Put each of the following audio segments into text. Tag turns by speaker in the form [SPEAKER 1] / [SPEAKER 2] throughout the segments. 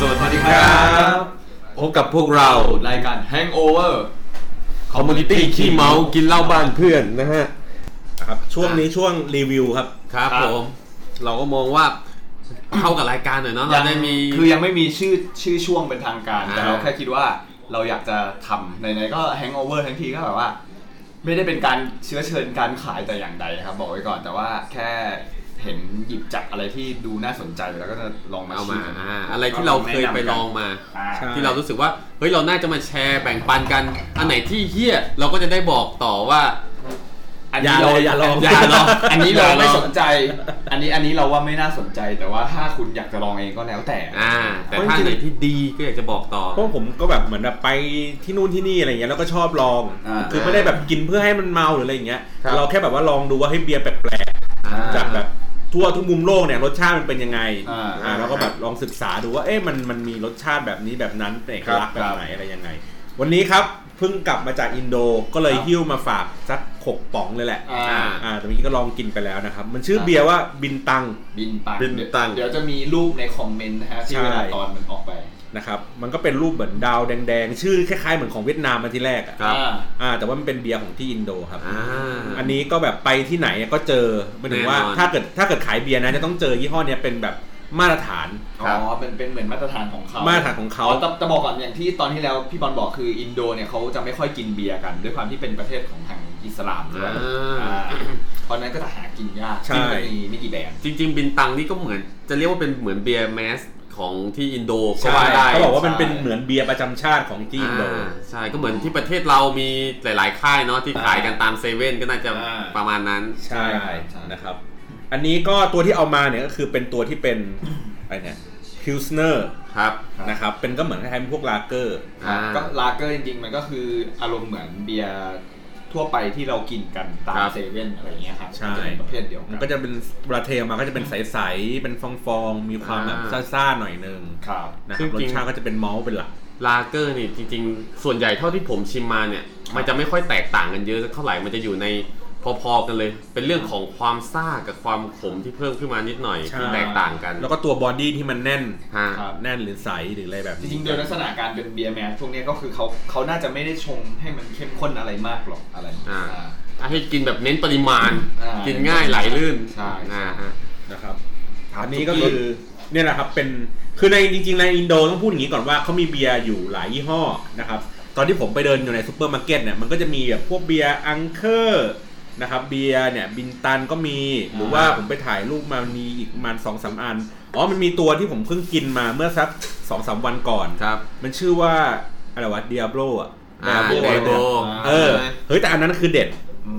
[SPEAKER 1] ครับพบกับพวกเรา
[SPEAKER 2] รายการ Hangover
[SPEAKER 1] คอมมูนิตี้ขี้เมากินเหล้าบ้านเพื่อนนะฮะ
[SPEAKER 3] ครับช่วงนี้ช่วงรีวิวครับ
[SPEAKER 4] ครับ
[SPEAKER 2] ครับ
[SPEAKER 4] ผม เราก็มองว่า เข้ากับรายการหน่อยเนาะเราได้มี
[SPEAKER 2] คือยังไม่มีชื่อชื่อช่วงเป็นทางการ
[SPEAKER 4] อ่า
[SPEAKER 2] แต่เราแค่คิดว่าเราอยากจะทำไหนๆก็ Hangover ทั้งทีก็แบบว่า ไม่ได้เป็นการเชื้อเชิญการขายแต่อย่างใดนะครับ บอกไว้ก่อนแต่ว่าแค่เห็นหยิบจับอะไรที่ดูน่าสนใจแล้วก็จะลองมา
[SPEAKER 4] เอา
[SPEAKER 2] ชิ
[SPEAKER 4] มาม
[SPEAKER 2] กัน
[SPEAKER 4] อ่าอะไรที่เราเคยไปลองมา
[SPEAKER 2] อ่า
[SPEAKER 3] ใช่
[SPEAKER 4] ที่เรารู้สึกว่าเฮ้ยเราน่าจะมาแชร์แบ่งปันกัน อันไหนที่เฮี้ยเราก็จะได้บอกต่อว่า
[SPEAKER 2] อัน
[SPEAKER 3] อ
[SPEAKER 2] นี้
[SPEAKER 3] ย่า
[SPEAKER 2] เรา
[SPEAKER 3] เลยอย่าลอง
[SPEAKER 2] อย่าลองอันนี้เรา
[SPEAKER 4] อย่าลอง
[SPEAKER 2] ไม่สนใจ อันนี้อันนี้เราว่าไม่น่าสนใจแต่ว่าถ้าคุณอยากจะลองเองก็แล้วแต่
[SPEAKER 4] อ่า แต่ถ้าอันไหนที่ดีก็อยากจะบอกต่อ
[SPEAKER 3] เพราะผมก็แบบเหมือนแบบไปที่นู่นที่นี่อะไรเงี้ยแล้วก็ชอบลอง
[SPEAKER 2] อ่า
[SPEAKER 3] คือไม่ได้แบบกินเพื่อให้มันเมาหรืออะไรอย่างเงี้ย
[SPEAKER 4] ครับ
[SPEAKER 3] เราแค่แบบว่าลองดูว่าให้เบียร์แปลก
[SPEAKER 4] อ่
[SPEAKER 3] ๆจากแบบทั่วทุกมุมโลกเนี่ยรสชาติมันเป็นยังไง
[SPEAKER 2] อ่า
[SPEAKER 3] อ่าเราก็แบบลองศึกษาดูว่าเอ๊ะมันมันมีรสชาติแบบนี้แบบนั้นเป็นเอกลักษณ์
[SPEAKER 2] ค
[SPEAKER 3] แบ
[SPEAKER 2] รั
[SPEAKER 3] บบ ไหนอะไรยังไง วันนี้ครับเพิ่งกลับมาจากอินโดก็เลย
[SPEAKER 2] ครับ
[SPEAKER 3] หิ้วมาฝากสักหกป๋องเลยแหละ
[SPEAKER 2] อ่า
[SPEAKER 4] อ่า
[SPEAKER 3] อ่าแต่เมื่อกี้ก็ลองกินไปแล้วนะครับ มันชื่อ
[SPEAKER 2] ครับ
[SPEAKER 3] เบียร์ว่าบินตัง
[SPEAKER 2] บินตัง
[SPEAKER 4] บินตัง
[SPEAKER 2] เดี๋ยวจะมีรูปในคอมเมนต์นะฮะที่
[SPEAKER 3] ใช่
[SPEAKER 2] เวลาตอนมันออกไป
[SPEAKER 3] นะครับ มันก็เป็นรูปเหมือนดาวแดงๆ ชื่อคล้ายๆเหมือนของเวียดนามมาที่แรกอะ
[SPEAKER 4] ครับ
[SPEAKER 2] อ่า
[SPEAKER 3] อ่า แต่ว่ามันเป็นเบียร์ของที่อินโดครับ
[SPEAKER 4] อ่า
[SPEAKER 3] อันนี้ก็แบบไปที่ไหนก็เจอหมายถึงว่า
[SPEAKER 4] แน่นอน
[SPEAKER 3] ถ้าเกิดถ้าเกิดขายเบียร์นะจะต้องเจอยี่ห้อเนี้ยเป็นแบบมาตรฐาน
[SPEAKER 2] อ๋อเป็นเป็นเหมือนมาตรฐานของเขา
[SPEAKER 3] มาตรฐานของเขา
[SPEAKER 2] แต่แต่บอกก่อนอย่างที่ตอนที่แล้วพี่บอลบอกคืออินโดเนี่ยเขาจะไม่ค่อยกินเบียร์กัน ด้วยความที่เป็นประเทศของทางอิสลามด้วย
[SPEAKER 4] อ่า
[SPEAKER 2] อ่าเพราะฉะนั้นก็จะหากินยาก
[SPEAKER 3] ใช่
[SPEAKER 2] ซึ่งก็มีไม่กี่แบรนด์
[SPEAKER 4] จริง ๆ บินตังนี่ก็เหมือน จะเรียกว่าเป็นเหมือนเบียร์แมสของที่อินโดก็
[SPEAKER 3] ใช่
[SPEAKER 4] ว่าได้
[SPEAKER 3] เขาบอกว่ามัน
[SPEAKER 2] ใช่
[SPEAKER 3] เป็นเหมือนเบียร์ประจำชาติของที่อินโด
[SPEAKER 4] าใช่ก็เหมือนที่ประเทศเรามีหลาย ๆ ค่ายเนาะที่ขายกันตามเซเว่นก็น่าจะ
[SPEAKER 2] อ่า
[SPEAKER 4] ประมาณนั้น
[SPEAKER 3] ใช่
[SPEAKER 2] ใช่ใช่
[SPEAKER 3] นะครับ อันนี้ก็ตัวที่เอามาเนี่ยก็คือเป็นตัวที่เป็น อะไรเนี่ยพิลสเนอร์
[SPEAKER 4] ครับ
[SPEAKER 3] นะครับเป็นก็เหมือนคล้ายๆพวกลาเกอร์
[SPEAKER 4] อ่า
[SPEAKER 2] ก็ลาเกอร์จริงๆ มันก็คืออารมณ์เหมือนเบียร์ทั่วไปที่เรากินกันตาม
[SPEAKER 4] ครับ
[SPEAKER 2] เซเว่นอะไรอย่างเงี้ยครับ
[SPEAKER 3] ใช่
[SPEAKER 2] จะเป็นประเภทเดียว
[SPEAKER 3] มัน
[SPEAKER 2] กั
[SPEAKER 3] ก็
[SPEAKER 2] น
[SPEAKER 3] จะเป็นเวลาเทออกมาก็จะเป็นใสๆ เป็นฟองๆ มีความแบบ
[SPEAKER 4] อ่า
[SPEAKER 3] ซ่าๆ หน่อยนึง
[SPEAKER 2] ครับ
[SPEAKER 3] นะค
[SPEAKER 4] ซึ่
[SPEAKER 3] รั
[SPEAKER 4] งจ
[SPEAKER 3] บรส
[SPEAKER 4] ริง
[SPEAKER 3] ชาติก็จะเป็นมอลต์เป็นหลัก
[SPEAKER 4] ลาเกอร์นี่จริง ๆ ส่วนใหญ่เท่าที่ผมชิมมาเนี่ย มันจะไม่ค่อยแตกต่างกันเยอะสักเท่าไหร่ มันจะอยู่ในพอๆกันเลย เป็นเรื่องของความซ่ากับความขมที่เพิ่มขึ้นมานิดหน่อย
[SPEAKER 3] ใช่
[SPEAKER 4] ที่แตกต่างกัน
[SPEAKER 3] แล้วก็ตัวบอดี้ที่มันแน่น
[SPEAKER 4] ฮะ
[SPEAKER 2] ครับ
[SPEAKER 3] แน่นหรือใสหรืออะไรแบบ
[SPEAKER 2] จ
[SPEAKER 3] นี้
[SPEAKER 2] ริงๆ โดยลักษณะการเป็นเบียร์แมสพวกเนี้ยก็คือเขาเขาน่าจะไม่ได้ชงให้มันเข้มข้นอะไรมากหรอกอะไร
[SPEAKER 4] อ่า
[SPEAKER 2] อ่า
[SPEAKER 4] ให้กินแบบเน้นปริมาณ
[SPEAKER 2] อ่ากิ
[SPEAKER 4] กินง่ายไหลลื่น
[SPEAKER 2] ใช่
[SPEAKER 4] อ่าฮะ
[SPEAKER 3] นะครับ
[SPEAKER 2] ครับ
[SPEAKER 3] อันนี้ก็คือเนี่ยแหละครับเป็นคือในจริงๆ ในอินโดต้องพูดอย่างนี้ก่อนว่าเขามีเบียร์อยู่หลายยี่ห้อนะครับ ตอนที่ผมไปเดินอยู่ในซูเปอร์มาร์เก็ตเนี่ยมันก็จะมีแบบพวกเบียร์อังเคอร์นะครับเบียร์เนี่ยบินตันก็มีหรือว่า
[SPEAKER 2] อ่า
[SPEAKER 3] ผมไปถ่ายรูปมามันมีอีกประมาณสองสามอันอ๋อมันมีตัวที่ผมเพิ่งกินมาเมื่อสักสองสามวันก่อน
[SPEAKER 4] ครับ
[SPEAKER 3] มันชื่อว่าอะไรวะเดียโบอ่ะ
[SPEAKER 4] อ่า
[SPEAKER 3] Diablo
[SPEAKER 4] เดโบ
[SPEAKER 3] เออเฮ้ยแต่อันนั้นคือเด็ด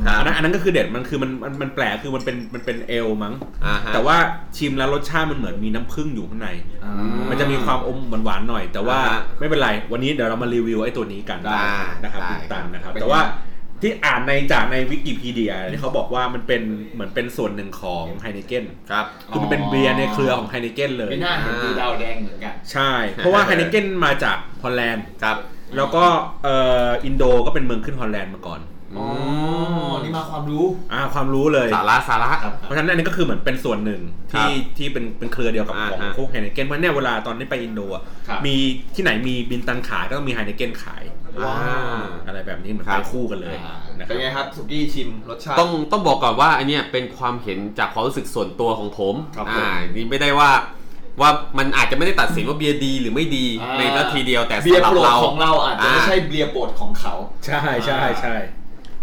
[SPEAKER 4] ครับ
[SPEAKER 3] อันนั้นอันนั้นก็คือเด็ดมันคือมันมันมันแปลกคือมันเป็นมันเป็นเอลมั้ง
[SPEAKER 4] อ่าฮะ
[SPEAKER 3] แต่ว่าชิมแล้วรสชาติมันเหมือนมีน้ำผึ้งอยู่ข้างใน
[SPEAKER 2] อ่า
[SPEAKER 4] ม
[SPEAKER 3] มันจะมีความอมหวานๆหน่อย แต่ว่า
[SPEAKER 4] อ่า
[SPEAKER 3] ไม่เป็นไร วันนี้เดี๋ยวเรามารีวิวไอ้ตัวนี้กัน
[SPEAKER 4] ได้
[SPEAKER 3] นะครับ
[SPEAKER 4] ได้
[SPEAKER 3] คุณตันนะครับ
[SPEAKER 2] เป็นไง
[SPEAKER 3] แต่ว่าที่อ่านในจากในวิกิพีเดียที่เขาบอกว่ามันเป็นเหมือนเป็นส่วนหนึ่งของไฮเนเกน
[SPEAKER 4] ครับ
[SPEAKER 3] คือมันเป็นเบียร์ในเครือของไฮเนเกนเลย
[SPEAKER 2] ไม่น่าเห็นดูดาวแดงเหมือนกัน
[SPEAKER 3] ใช่ เพราะว่าไฮเนเกนมาจากฮอลแลนด์
[SPEAKER 4] ครับ
[SPEAKER 3] แล้วก็เอ่ออินโดก็เป็นเมืองขึ้นฮอลแลนด์มาก่อน
[SPEAKER 2] อ๋อ นี่มาความรู้
[SPEAKER 3] อ่าความรู้เลย
[SPEAKER 4] สาระสาระ
[SPEAKER 2] ครับ
[SPEAKER 3] เพราะฉะนั้นอันนี้ก็คือเหมือนเป็นส่วนหนึ่ง
[SPEAKER 4] ครับ
[SPEAKER 3] ที่ที่เป็นเป็นเครือเดียวกับ
[SPEAKER 4] อ่า
[SPEAKER 3] ของ
[SPEAKER 4] ฮะ
[SPEAKER 3] พวกไฮเนเกนเพราะเนี่ยเวลาตอนที่ไปอินโดอะ
[SPEAKER 2] ครับ
[SPEAKER 3] มีที่ไหนมีบินตังขายก็ต้องมีไฮเนเกนขาย
[SPEAKER 4] อ่า
[SPEAKER 3] อะไรแบบนี้เหมือน
[SPEAKER 4] ครั
[SPEAKER 3] ไป
[SPEAKER 4] บ
[SPEAKER 3] คู่กันเลย
[SPEAKER 2] อ่า
[SPEAKER 3] นะค
[SPEAKER 2] เป็นไง
[SPEAKER 3] รับ
[SPEAKER 2] ครับสุกี้ชิมรสชาติ
[SPEAKER 4] ต้องต้องบอกก่อนว่าอันเนี้ยเป็นความเห็นจากความรู้สึกส่วนตัวของผม
[SPEAKER 2] ครับ
[SPEAKER 4] อ่านี่ไม่ได้ว่าว่ามันอาจจะไม่ได้ตัดสินว่าเบียร์ดีหรือไม่ดี
[SPEAKER 2] อ่า
[SPEAKER 4] ในนาทีเดียวแต่
[SPEAKER 2] เบีย
[SPEAKER 4] สำหรับ
[SPEAKER 2] ร์โปรด
[SPEAKER 4] เรา
[SPEAKER 2] ของเราอาจจะไม่
[SPEAKER 4] อ่า
[SPEAKER 2] ใช่เบียร์โปรดของเขา
[SPEAKER 3] ใช่ใช่ใช่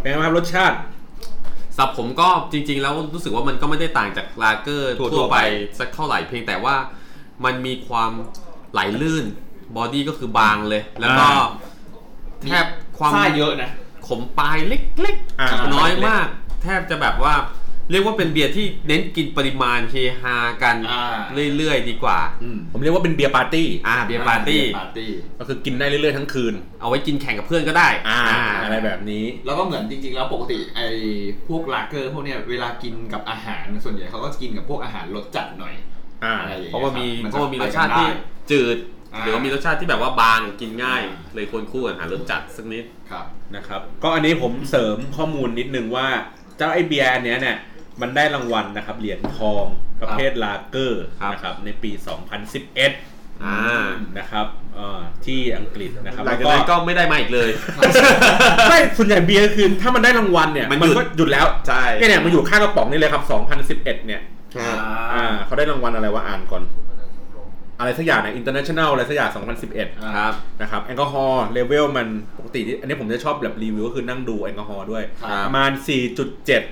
[SPEAKER 3] เป็นไงบ้างครับรสชาติ
[SPEAKER 4] สำหรับผมก็จริง ๆ แล้วรู้สึกว่ามันก็ไม่ได้ต่างจากลาเกอร์
[SPEAKER 2] ทั่วๆ
[SPEAKER 4] ทั่วไป
[SPEAKER 2] ไป
[SPEAKER 4] สักเท่าไหร่เพียงแต่ว่ามันมีความไหลลื่นบอดี้ก็คือบางเลย แล้วก็
[SPEAKER 3] อ่า
[SPEAKER 4] แทบความ
[SPEAKER 2] ซ่าเยอะนะ
[SPEAKER 4] ขมปลายเล็ก
[SPEAKER 3] อ่า
[SPEAKER 4] ๆ น้อยมาก แทบจะแบบว่าเรียกว่าเป็นเบียร์ที่เน้นกินปริมาณเฮฮากัน
[SPEAKER 2] อ่า
[SPEAKER 4] เรื่อยๆ ดีกว่า
[SPEAKER 2] อืม
[SPEAKER 3] ผมเรียกว่าเป็นเบียร์ปาร์ตี้
[SPEAKER 4] อ่าเบียร์ปาร์ตี้
[SPEAKER 2] เบียปาร์ตี้
[SPEAKER 3] ก็คือกินได้เรื่อยๆทั้งคืน
[SPEAKER 4] เอาไว้กินแข่งกับเพื่อนก็ได้
[SPEAKER 3] อ่า อะไรแบบนี้
[SPEAKER 2] แล้วก็เหมือนจริงๆ แล้วปกติไอ้พวกลาเกอร์พวกเนี้ยเวลากินกับอาหารส่วนใหญ่เขาก็จะกินกับพวกอาหารรสจัดหน่อย
[SPEAKER 3] อ่า
[SPEAKER 2] อะไรอย่งงี้ย
[SPEAKER 4] เพราะว่ามี
[SPEAKER 2] คบ
[SPEAKER 4] เพราะว่ามีร
[SPEAKER 2] น
[SPEAKER 4] ส
[SPEAKER 2] จะ
[SPEAKER 4] ชาติที่
[SPEAKER 2] ไปกันได้
[SPEAKER 4] จืด
[SPEAKER 2] อ่า
[SPEAKER 4] หรือว่ามีรสชาติที่แบบว่าบางกินง่าย เลยควรคู่กับอาหารรสจัดสักนิด
[SPEAKER 2] ครับ
[SPEAKER 3] นะครับก็อันนี้ผมเสริมข้อมูลนิดนึงว่าเจ้าไอเบียร์อันเนี้ยเนี่ยมันได้รางวัลนะครับเหรียญทองประเภทลาเกอร์
[SPEAKER 4] ครับ
[SPEAKER 3] นะครับในปี 2011
[SPEAKER 4] อ่า
[SPEAKER 3] นะครับเอ่อที่อังกฤษนะครับ
[SPEAKER 4] หลังจากนั้นก็ไม่ได้มาอีกเลย
[SPEAKER 3] ไม่ส่วนใหญ่เบียร์คือถ้ามันได้รางวัลเนี่ย
[SPEAKER 4] มันหยุ
[SPEAKER 3] มัน
[SPEAKER 4] ด
[SPEAKER 3] ก็หยุดแล้ว
[SPEAKER 4] ใช่
[SPEAKER 3] เนี่ยเนี่ยมันอยู่ข้างกระป๋องนี่เลยครับ 2011 เนี่ย
[SPEAKER 4] อ่า
[SPEAKER 3] อ่าเขาได้รางวัลอะไรวะอ่านก่อน อะไรสักอย่างเนี่ย international อะไรสักอย่าง
[SPEAKER 2] อ่า
[SPEAKER 4] ครับ
[SPEAKER 3] 2011 นะครับแอลกอฮอล์เลเวลมันปกติที่อันนี้ผมจะชอบแบบรีวิวก็คือนั่งดูแอลกอฮอล์ด้วย
[SPEAKER 4] ครับ
[SPEAKER 3] ประมาณ 4.7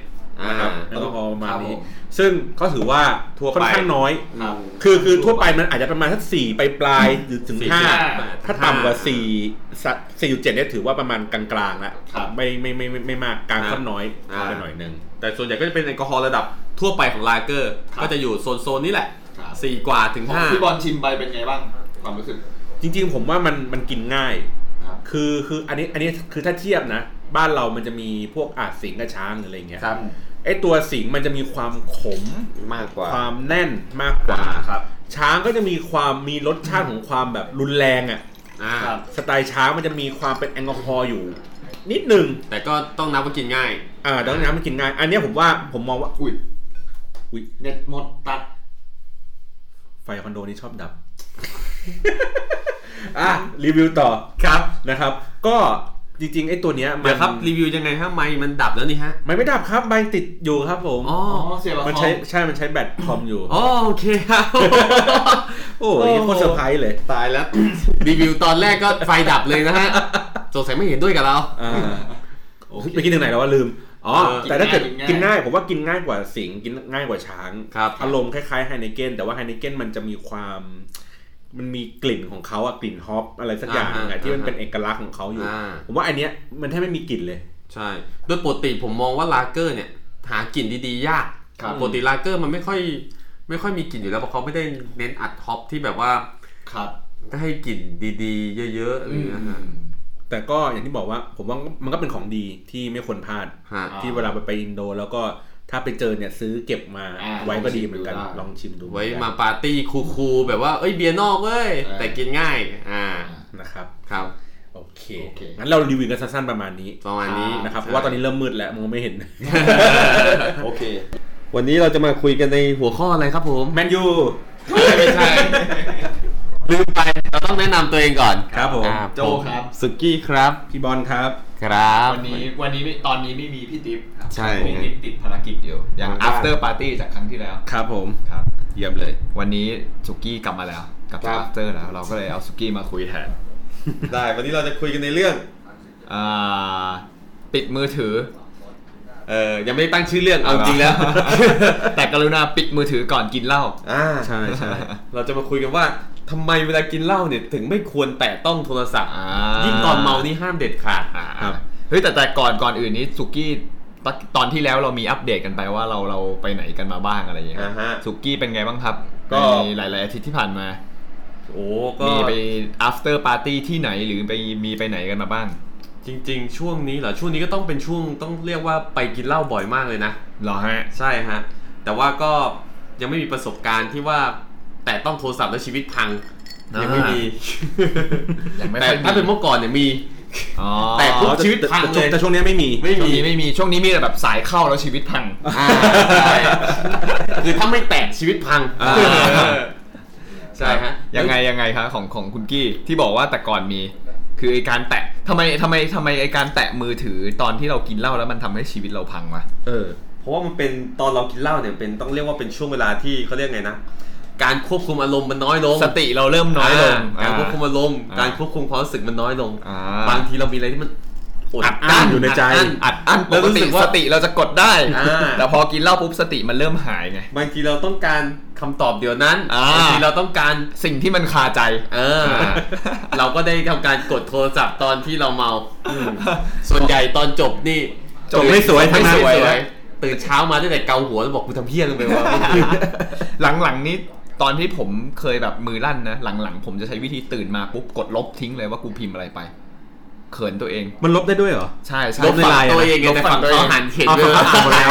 [SPEAKER 3] นะครับ
[SPEAKER 4] อ่า
[SPEAKER 3] แอลกอฮอล์ประมาณนี้
[SPEAKER 2] ครับผม
[SPEAKER 3] ซึ่งก็ถือว่า
[SPEAKER 4] ทั่วไป
[SPEAKER 3] ค่อนข้างน้อย
[SPEAKER 2] ครับ
[SPEAKER 3] คือคือทั่วไปมันอาจจะประมาณสักสี่ปลายๆหรือถึง
[SPEAKER 4] สี่
[SPEAKER 3] ห้า
[SPEAKER 4] ห้า
[SPEAKER 3] ถ้า
[SPEAKER 4] ห้า
[SPEAKER 3] ต่ำกว่าสี่สี่จุดเจ็ดเนี่ยถือว่าประมาณกลางๆแล้ว
[SPEAKER 2] ครับ
[SPEAKER 3] ไม่ไม่ไม่ไม่ไม่มากกลางค่อนน้อย
[SPEAKER 4] อ่า
[SPEAKER 3] ไปหน่อยหนึง
[SPEAKER 4] แต่ส่วนใหญ่ก็จะเป็นแอลกอฮอล์ระดับทั่วไปของลาเกอร์
[SPEAKER 2] ครับ
[SPEAKER 4] ก็จะอยู่โซนโซนๆนี้แหละ
[SPEAKER 2] ครับ
[SPEAKER 4] สี่กว่าถึง
[SPEAKER 2] ของ
[SPEAKER 4] ห้า
[SPEAKER 2] พี่บอลชิมไปเป็นไงบ้าง ความรู้สึก
[SPEAKER 3] จริงๆผมว่ามันมันกินง่าย
[SPEAKER 2] ครับ
[SPEAKER 3] คือคืออันนี้อันนี้คือถ้าเทียบนะ บ้านเรามันจะมีพวกอาสิงกับช้างหรืออะไรเงี้ย
[SPEAKER 4] ครับ
[SPEAKER 3] ไอตัวสิงมันจะมีความขม
[SPEAKER 4] มากกว่า
[SPEAKER 3] ความแน่นมากกว่า
[SPEAKER 2] ครับ
[SPEAKER 3] ช้างก็จะมีความมีรสชาติของความแบบรุนแรงอ่ะ
[SPEAKER 4] อ่า
[SPEAKER 2] ครับ
[SPEAKER 3] สไตล์ช้างมันจะมีความเป็นแอลกอฮอล์อยู่ นิดหนึ่ง
[SPEAKER 4] แต่ก็ต้องนับว่ากินง่าย
[SPEAKER 3] อ่าดังนั้นมันกินง่าย อันเนี้ยผมว่าผมมองว่า
[SPEAKER 2] อุ้ย
[SPEAKER 3] อุ๊ย
[SPEAKER 2] เน็ตหมดตัด
[SPEAKER 3] ไฟคอนโดนี้ชอบดั บ อ่ะ รีวิวต่อ
[SPEAKER 4] ครับ
[SPEAKER 3] นะครับ ก็จริงๆ ไอ้ตัวเนี้ยมั
[SPEAKER 4] เดี๋ยวครับรีวิวยังไงฮะไมค์มันดับแล้วนี่ฮะ
[SPEAKER 3] มันไม่ดับครับใบติดอยู่ครับผม
[SPEAKER 4] อ๋อ
[SPEAKER 2] อ๋อ เสียบคอ
[SPEAKER 3] มันใช้ใช่มันใช้แบตคอมอยู่
[SPEAKER 4] อ๋อโอเคครับ
[SPEAKER 3] โอ้
[SPEAKER 4] โอ้
[SPEAKER 3] ยโคตรเซอร์ไพรส์เลย
[SPEAKER 4] ตายแล้ว รีวิวตอนแรกก็ไฟดับเลยนะ ฮะสงสัยไม่เห็นด้วยกับเรา
[SPEAKER 3] อ่า
[SPEAKER 2] โอเค
[SPEAKER 3] ไปกินถึงไหนแล้วว่าลืม อ๋อ
[SPEAKER 4] เออ
[SPEAKER 3] แต่ถ้าเกิด
[SPEAKER 2] กิ
[SPEAKER 3] กิน
[SPEAKER 2] น
[SPEAKER 3] ง่า
[SPEAKER 2] ง่ายย
[SPEAKER 3] ผมว่ากินง่ายกว่าสิงห์กินง่ายกว่าช้าง
[SPEAKER 4] ครับ
[SPEAKER 3] อารมณ์คล้ายๆไฮเนเกนแต่ว่าไฮเนเกนมันจะมีความ มันมีกลิ่นของเขาอะกลิ่นฮอปอะไรสักอย่างหนึงอะที่มันเป็นเอกลักษณ์ของเขาอยู่
[SPEAKER 4] อ่า
[SPEAKER 3] ผมว่าอันเนี้ยมันแทบไม่มีกลิ่นเลย
[SPEAKER 4] ใช่ โดยปกติผมมองว่าลาเกอร์เนี่ย หากลิ่นดีๆ ยาก
[SPEAKER 2] ครับ
[SPEAKER 4] ปกติลาเกอร์มันไม่ค่อย ไม่ค่อยมีกลิ่นอยู่แล้วเพราะเขาไม่ได้เน้นอัดท็อปที่แบบว่า
[SPEAKER 2] ครับ
[SPEAKER 4] ให้กลิ่นดีๆ เยอะๆอะไรอย่างเงี้ยฮะ
[SPEAKER 3] แต่ก็อย่างที่บอกว่าผมว่ามันก็เป็นของดีที่ไม่ควรพลาด
[SPEAKER 4] ฮะ
[SPEAKER 2] า
[SPEAKER 3] ที่เวลาไปไปอินโด แล้วก็ถ้าไปเจอเนี่ยซื้อเก็บมา
[SPEAKER 2] อ่า
[SPEAKER 3] ไว้ก็ดีเหมือนกัน
[SPEAKER 2] ลองชิมดู
[SPEAKER 3] ลองชิมดู
[SPEAKER 4] ไว้มาปาร์ตี้คูลๆแบบว่าเอ้ยเบียร์นอกเว้ย
[SPEAKER 2] เออ
[SPEAKER 4] แต่กินง่าย อ่า
[SPEAKER 3] นะครับ
[SPEAKER 4] ครับ
[SPEAKER 3] โอเค
[SPEAKER 2] โอเค
[SPEAKER 3] งั้นเรารีวิวกันสั้นๆประมาณนี้
[SPEAKER 4] ประมาณนี้
[SPEAKER 3] นะครับเพ
[SPEAKER 4] ใช่
[SPEAKER 3] ราะว่าตอนนี้เริ่มมืดแล้วมองไม่เห็น
[SPEAKER 2] โอเค
[SPEAKER 1] วันนี้เราจะมาคุยกันในหั
[SPEAKER 4] หั
[SPEAKER 1] ว
[SPEAKER 4] วข้ออะไรครับผม
[SPEAKER 3] แมนยู
[SPEAKER 4] ไม่ใช่ ลืมไป เราต้องแนะนำตัวเองก่อน
[SPEAKER 3] ครับผม
[SPEAKER 4] อ่า
[SPEAKER 2] โจครับ
[SPEAKER 1] สุกี้ครับ
[SPEAKER 3] พี่บอลครับ
[SPEAKER 4] ครับ
[SPEAKER 2] วันนี้วันนี้ไม่ตอนนี้ไม่มีพี่ติ๊บครับ
[SPEAKER 1] ใช่
[SPEAKER 2] พี่ติ๊บติดภารกิจอยู่อย่าง after party จากครั้งที่แล้ว
[SPEAKER 3] ครับผม
[SPEAKER 2] ครับ
[SPEAKER 3] เยี่ยมเลย
[SPEAKER 2] วันนี้สุกี้กลับมาแล้วกลับจาก after แล้ว เราก็เลยเอาสุกี้มาคุยแทน
[SPEAKER 1] ได้ วันนี้เราจะคุยกันในเรื่อง
[SPEAKER 2] อ่าปิดมือถือ
[SPEAKER 4] เออ ยังไม่ได้ตั้งชื่อเรื่องเอาจริงแล้ว
[SPEAKER 2] แต่กรุณาปิดมือ ถือก่อนกินเหล้า
[SPEAKER 1] อ่า
[SPEAKER 3] ใช่ใช่
[SPEAKER 4] เราจะมาคุยกันว่าทำไมเวลากินเหล้าเนี่ยถึงไม่ควรแตะต้องโทรศัพท์
[SPEAKER 2] อ่า
[SPEAKER 4] ยิ่งตอนเมานี่ห้ามเด็ดขาด
[SPEAKER 2] อ่า
[SPEAKER 3] ครับ
[SPEAKER 2] เฮ้ยแต่แต่ก่อนก่อนอื่นนี้สุกี้ตอนตอนที่แล้วเรามีอัปเดตกันไปว่าเราเราไปไหนกันมาบ้างอะไรอย่างเงี้ย
[SPEAKER 1] อ่าฮะ
[SPEAKER 2] สุกี้เป็นไงบ้างครับ
[SPEAKER 1] ก็
[SPEAKER 2] ในหลาย ๆ อาทิตย์ที่ผ่านมา
[SPEAKER 4] โอ้ก็
[SPEAKER 2] มีไป after party ที่ไหนหรือไปมีไปไหนกันมาบ้าง
[SPEAKER 4] จริง ๆ ช่วงนี้เหรอ ช่วงนี้ก็ต้องเป็นช่วงต้องเรียกว่าไปกินเหล้าบ่อยมากเลยนะ
[SPEAKER 2] เหรอฮะ
[SPEAKER 4] ใช่ฮะ แต่ว่าก็ยังไม่มีประสบการณ์ที่ว่าแต่ต้องโทรศัพท์แล้วชีวิตพัง
[SPEAKER 2] อ่า
[SPEAKER 4] ยั
[SPEAKER 2] ยั
[SPEAKER 4] งไม่มี
[SPEAKER 2] ยังไม่
[SPEAKER 4] แต่
[SPEAKER 2] ค่อยมี
[SPEAKER 4] ถ้าเป็นเมื่อก่อนเนี่ยมี
[SPEAKER 2] อ๋อ
[SPEAKER 4] แต่ปุ๊บ ชีวิตพังเลย
[SPEAKER 3] แต่ช่วงนี้ไม่มี
[SPEAKER 2] ช่วงนี้ไม่มีช่วงนี้มีแต่แบบสายเข้าแล้วชีวิตพัง
[SPEAKER 4] อ่าใช่คือถ้าไม่แตะชีวิตพัง
[SPEAKER 2] อ่า
[SPEAKER 4] ใช่ฮะ
[SPEAKER 2] ยังไงยังไงครับของของคุณกี้ที่บอกว่าแต่ก่อนมี คือไอการแตะทำไมทำไมทำไมไอการแตะมือถือตอนที่เรากินเหล้าแล้วมันทำให้ชีวิตเราพังวะ
[SPEAKER 3] เออ
[SPEAKER 4] เพราะว่ามันเป็นตอนเรากินเหล้าเนี่ยเป็นต้องเรียกว่าเป็นช่วงเวลาที่เขาเรียกไงนะ การควบคุมอารมณ์มันน้อยลง
[SPEAKER 2] สติเราเริ่มน้อยลง
[SPEAKER 4] าการควบคุม
[SPEAKER 2] อ่
[SPEAKER 4] อารมณ์
[SPEAKER 2] อ่า
[SPEAKER 4] การควบคุมความรู้สึกมันน้อยลง
[SPEAKER 2] อ่า
[SPEAKER 4] บางทีเรามีอะไรที่มัน
[SPEAKER 3] อัดอั้นอยู่ในใจ
[SPEAKER 4] อัดอั้น
[SPEAKER 2] อัดอั้นป
[SPEAKER 4] แล้ว
[SPEAKER 2] ก
[SPEAKER 4] รู้
[SPEAKER 2] ติ
[SPEAKER 4] สึกว่า
[SPEAKER 2] สติเราจะกดได้
[SPEAKER 4] อ่า
[SPEAKER 2] แต่พอกินเหล้าปุ๊บสติมันเริ่มหายไง
[SPEAKER 4] บางทีเราต้องการคำตอบเดี๋ยวนั้น
[SPEAKER 2] อ่า
[SPEAKER 4] บางทีเราต้องการ
[SPEAKER 2] สิ่งที่มันคาใจ
[SPEAKER 4] เออ
[SPEAKER 2] อ่า
[SPEAKER 4] เราก็ได้ทำการกดโทรศัพท์ตอนที่เราเมาส่วนใหญ่ตอนจบนี่
[SPEAKER 3] จบไม่สวย
[SPEAKER 4] จบไม่
[SPEAKER 3] ทำงาน
[SPEAKER 4] สวย
[SPEAKER 3] สวย
[SPEAKER 4] ตื่นเช้ามาตั้งแต่เกาหัวแล้วบอกกูทำเพี้ยนไปว่า
[SPEAKER 2] หลังๆนี้ตอนที่ผมเคยแบบมือลั่นนะ หลังๆ ผมจะใช้วิธีตื่นมาปุ๊บกดลบทิ้งเลยว่ากูพิมพ์อะไรไป เขินตัวเอง
[SPEAKER 3] มันลบได้ด้วยเหรอ
[SPEAKER 2] ใช่ใช่
[SPEAKER 4] ลบในไลน์อะนะลบฝั่ง
[SPEAKER 2] ตัว
[SPEAKER 4] เขาหันเห็น
[SPEAKER 3] เอาเขาอ่านหมด แล้ว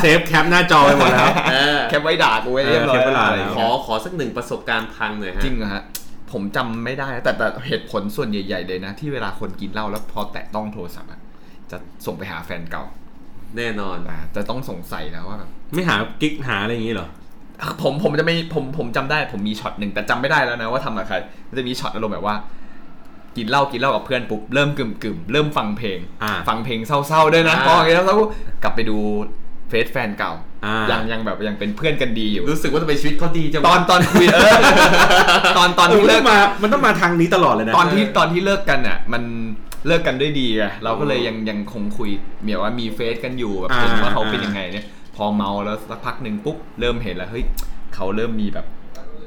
[SPEAKER 3] เซฟแคปหน้าจอไปหมดแล้ว
[SPEAKER 4] เออ
[SPEAKER 2] แคปไว้ด่ากูไว้เรียบร้อย
[SPEAKER 3] เออแคปไว้ด่าแล้ว
[SPEAKER 4] ขอขอสักหนึ่งประสบการณ์พังหน่อยฮะ
[SPEAKER 2] จริงเหรอฮะ ผมจำไม่ได้นะแต่แต่เหตุผลส่วนใหญ่ ๆ เลยนะ ที่เวลาคนกินเหล้าแล้วพอแตะต้องโทรศัพท์อะจะส่งไปหาแฟนเก่า
[SPEAKER 4] แน่นอน
[SPEAKER 2] อ่าจะต้องสงสัยแล้วว่าแบบ
[SPEAKER 3] ไม่หากิ๊กหาอะไรอย่างนี้เหรอ
[SPEAKER 2] ผมผมจะไม่ผมผมจำได้ผมมีช็อตหนึ่งแต่จำไม่ได้แล้วนะว่าทำกับใครมันจะมีช็อตอารมณ์แบบว่า กินเหล้ากินเหล้ากับเพื่อนปุ๊บเริ่มกึ่มกึ่มๆเริ่มฟังเพลง
[SPEAKER 3] อ่า
[SPEAKER 2] ฟังเพลงเศร้าๆด้วยนะ
[SPEAKER 4] อ่า
[SPEAKER 2] พออย่างเงี้ยแล้วก็กลับไปดูเฟซแฟนเก่า
[SPEAKER 3] อ่ายั
[SPEAKER 2] ยังยังแบบยังเป็นเพื่อนกันดีอยู่
[SPEAKER 4] รู้สึกว่าทำไมชีวิตเขาดีจังวะ
[SPEAKER 2] ตอนตอนคุยเอ อตอนตอน
[SPEAKER 3] เออ
[SPEAKER 2] ที่
[SPEAKER 3] มัน
[SPEAKER 2] เลิ
[SPEAKER 3] ต้
[SPEAKER 2] ก
[SPEAKER 3] องมามันต้องมาทางนี้ตลอดเลยนะ
[SPEAKER 2] ตอนที่ตอนที่เลิกกันอ่ะ มันเลิกกันด้วยดีไงเราก็เลยยังยังคงคุยเหมียวว่ามีเฟซกันอยู่แบบ
[SPEAKER 3] อ่า
[SPEAKER 2] เห็นว่าเขาเป็น
[SPEAKER 3] อ่ายั
[SPEAKER 2] ยังไงเนี่ย พอเมาแล้วสักพักหนึ่งปุ๊บเริ่มเห็นแล้วเฮ้ยเขาเริ่มมีแบบ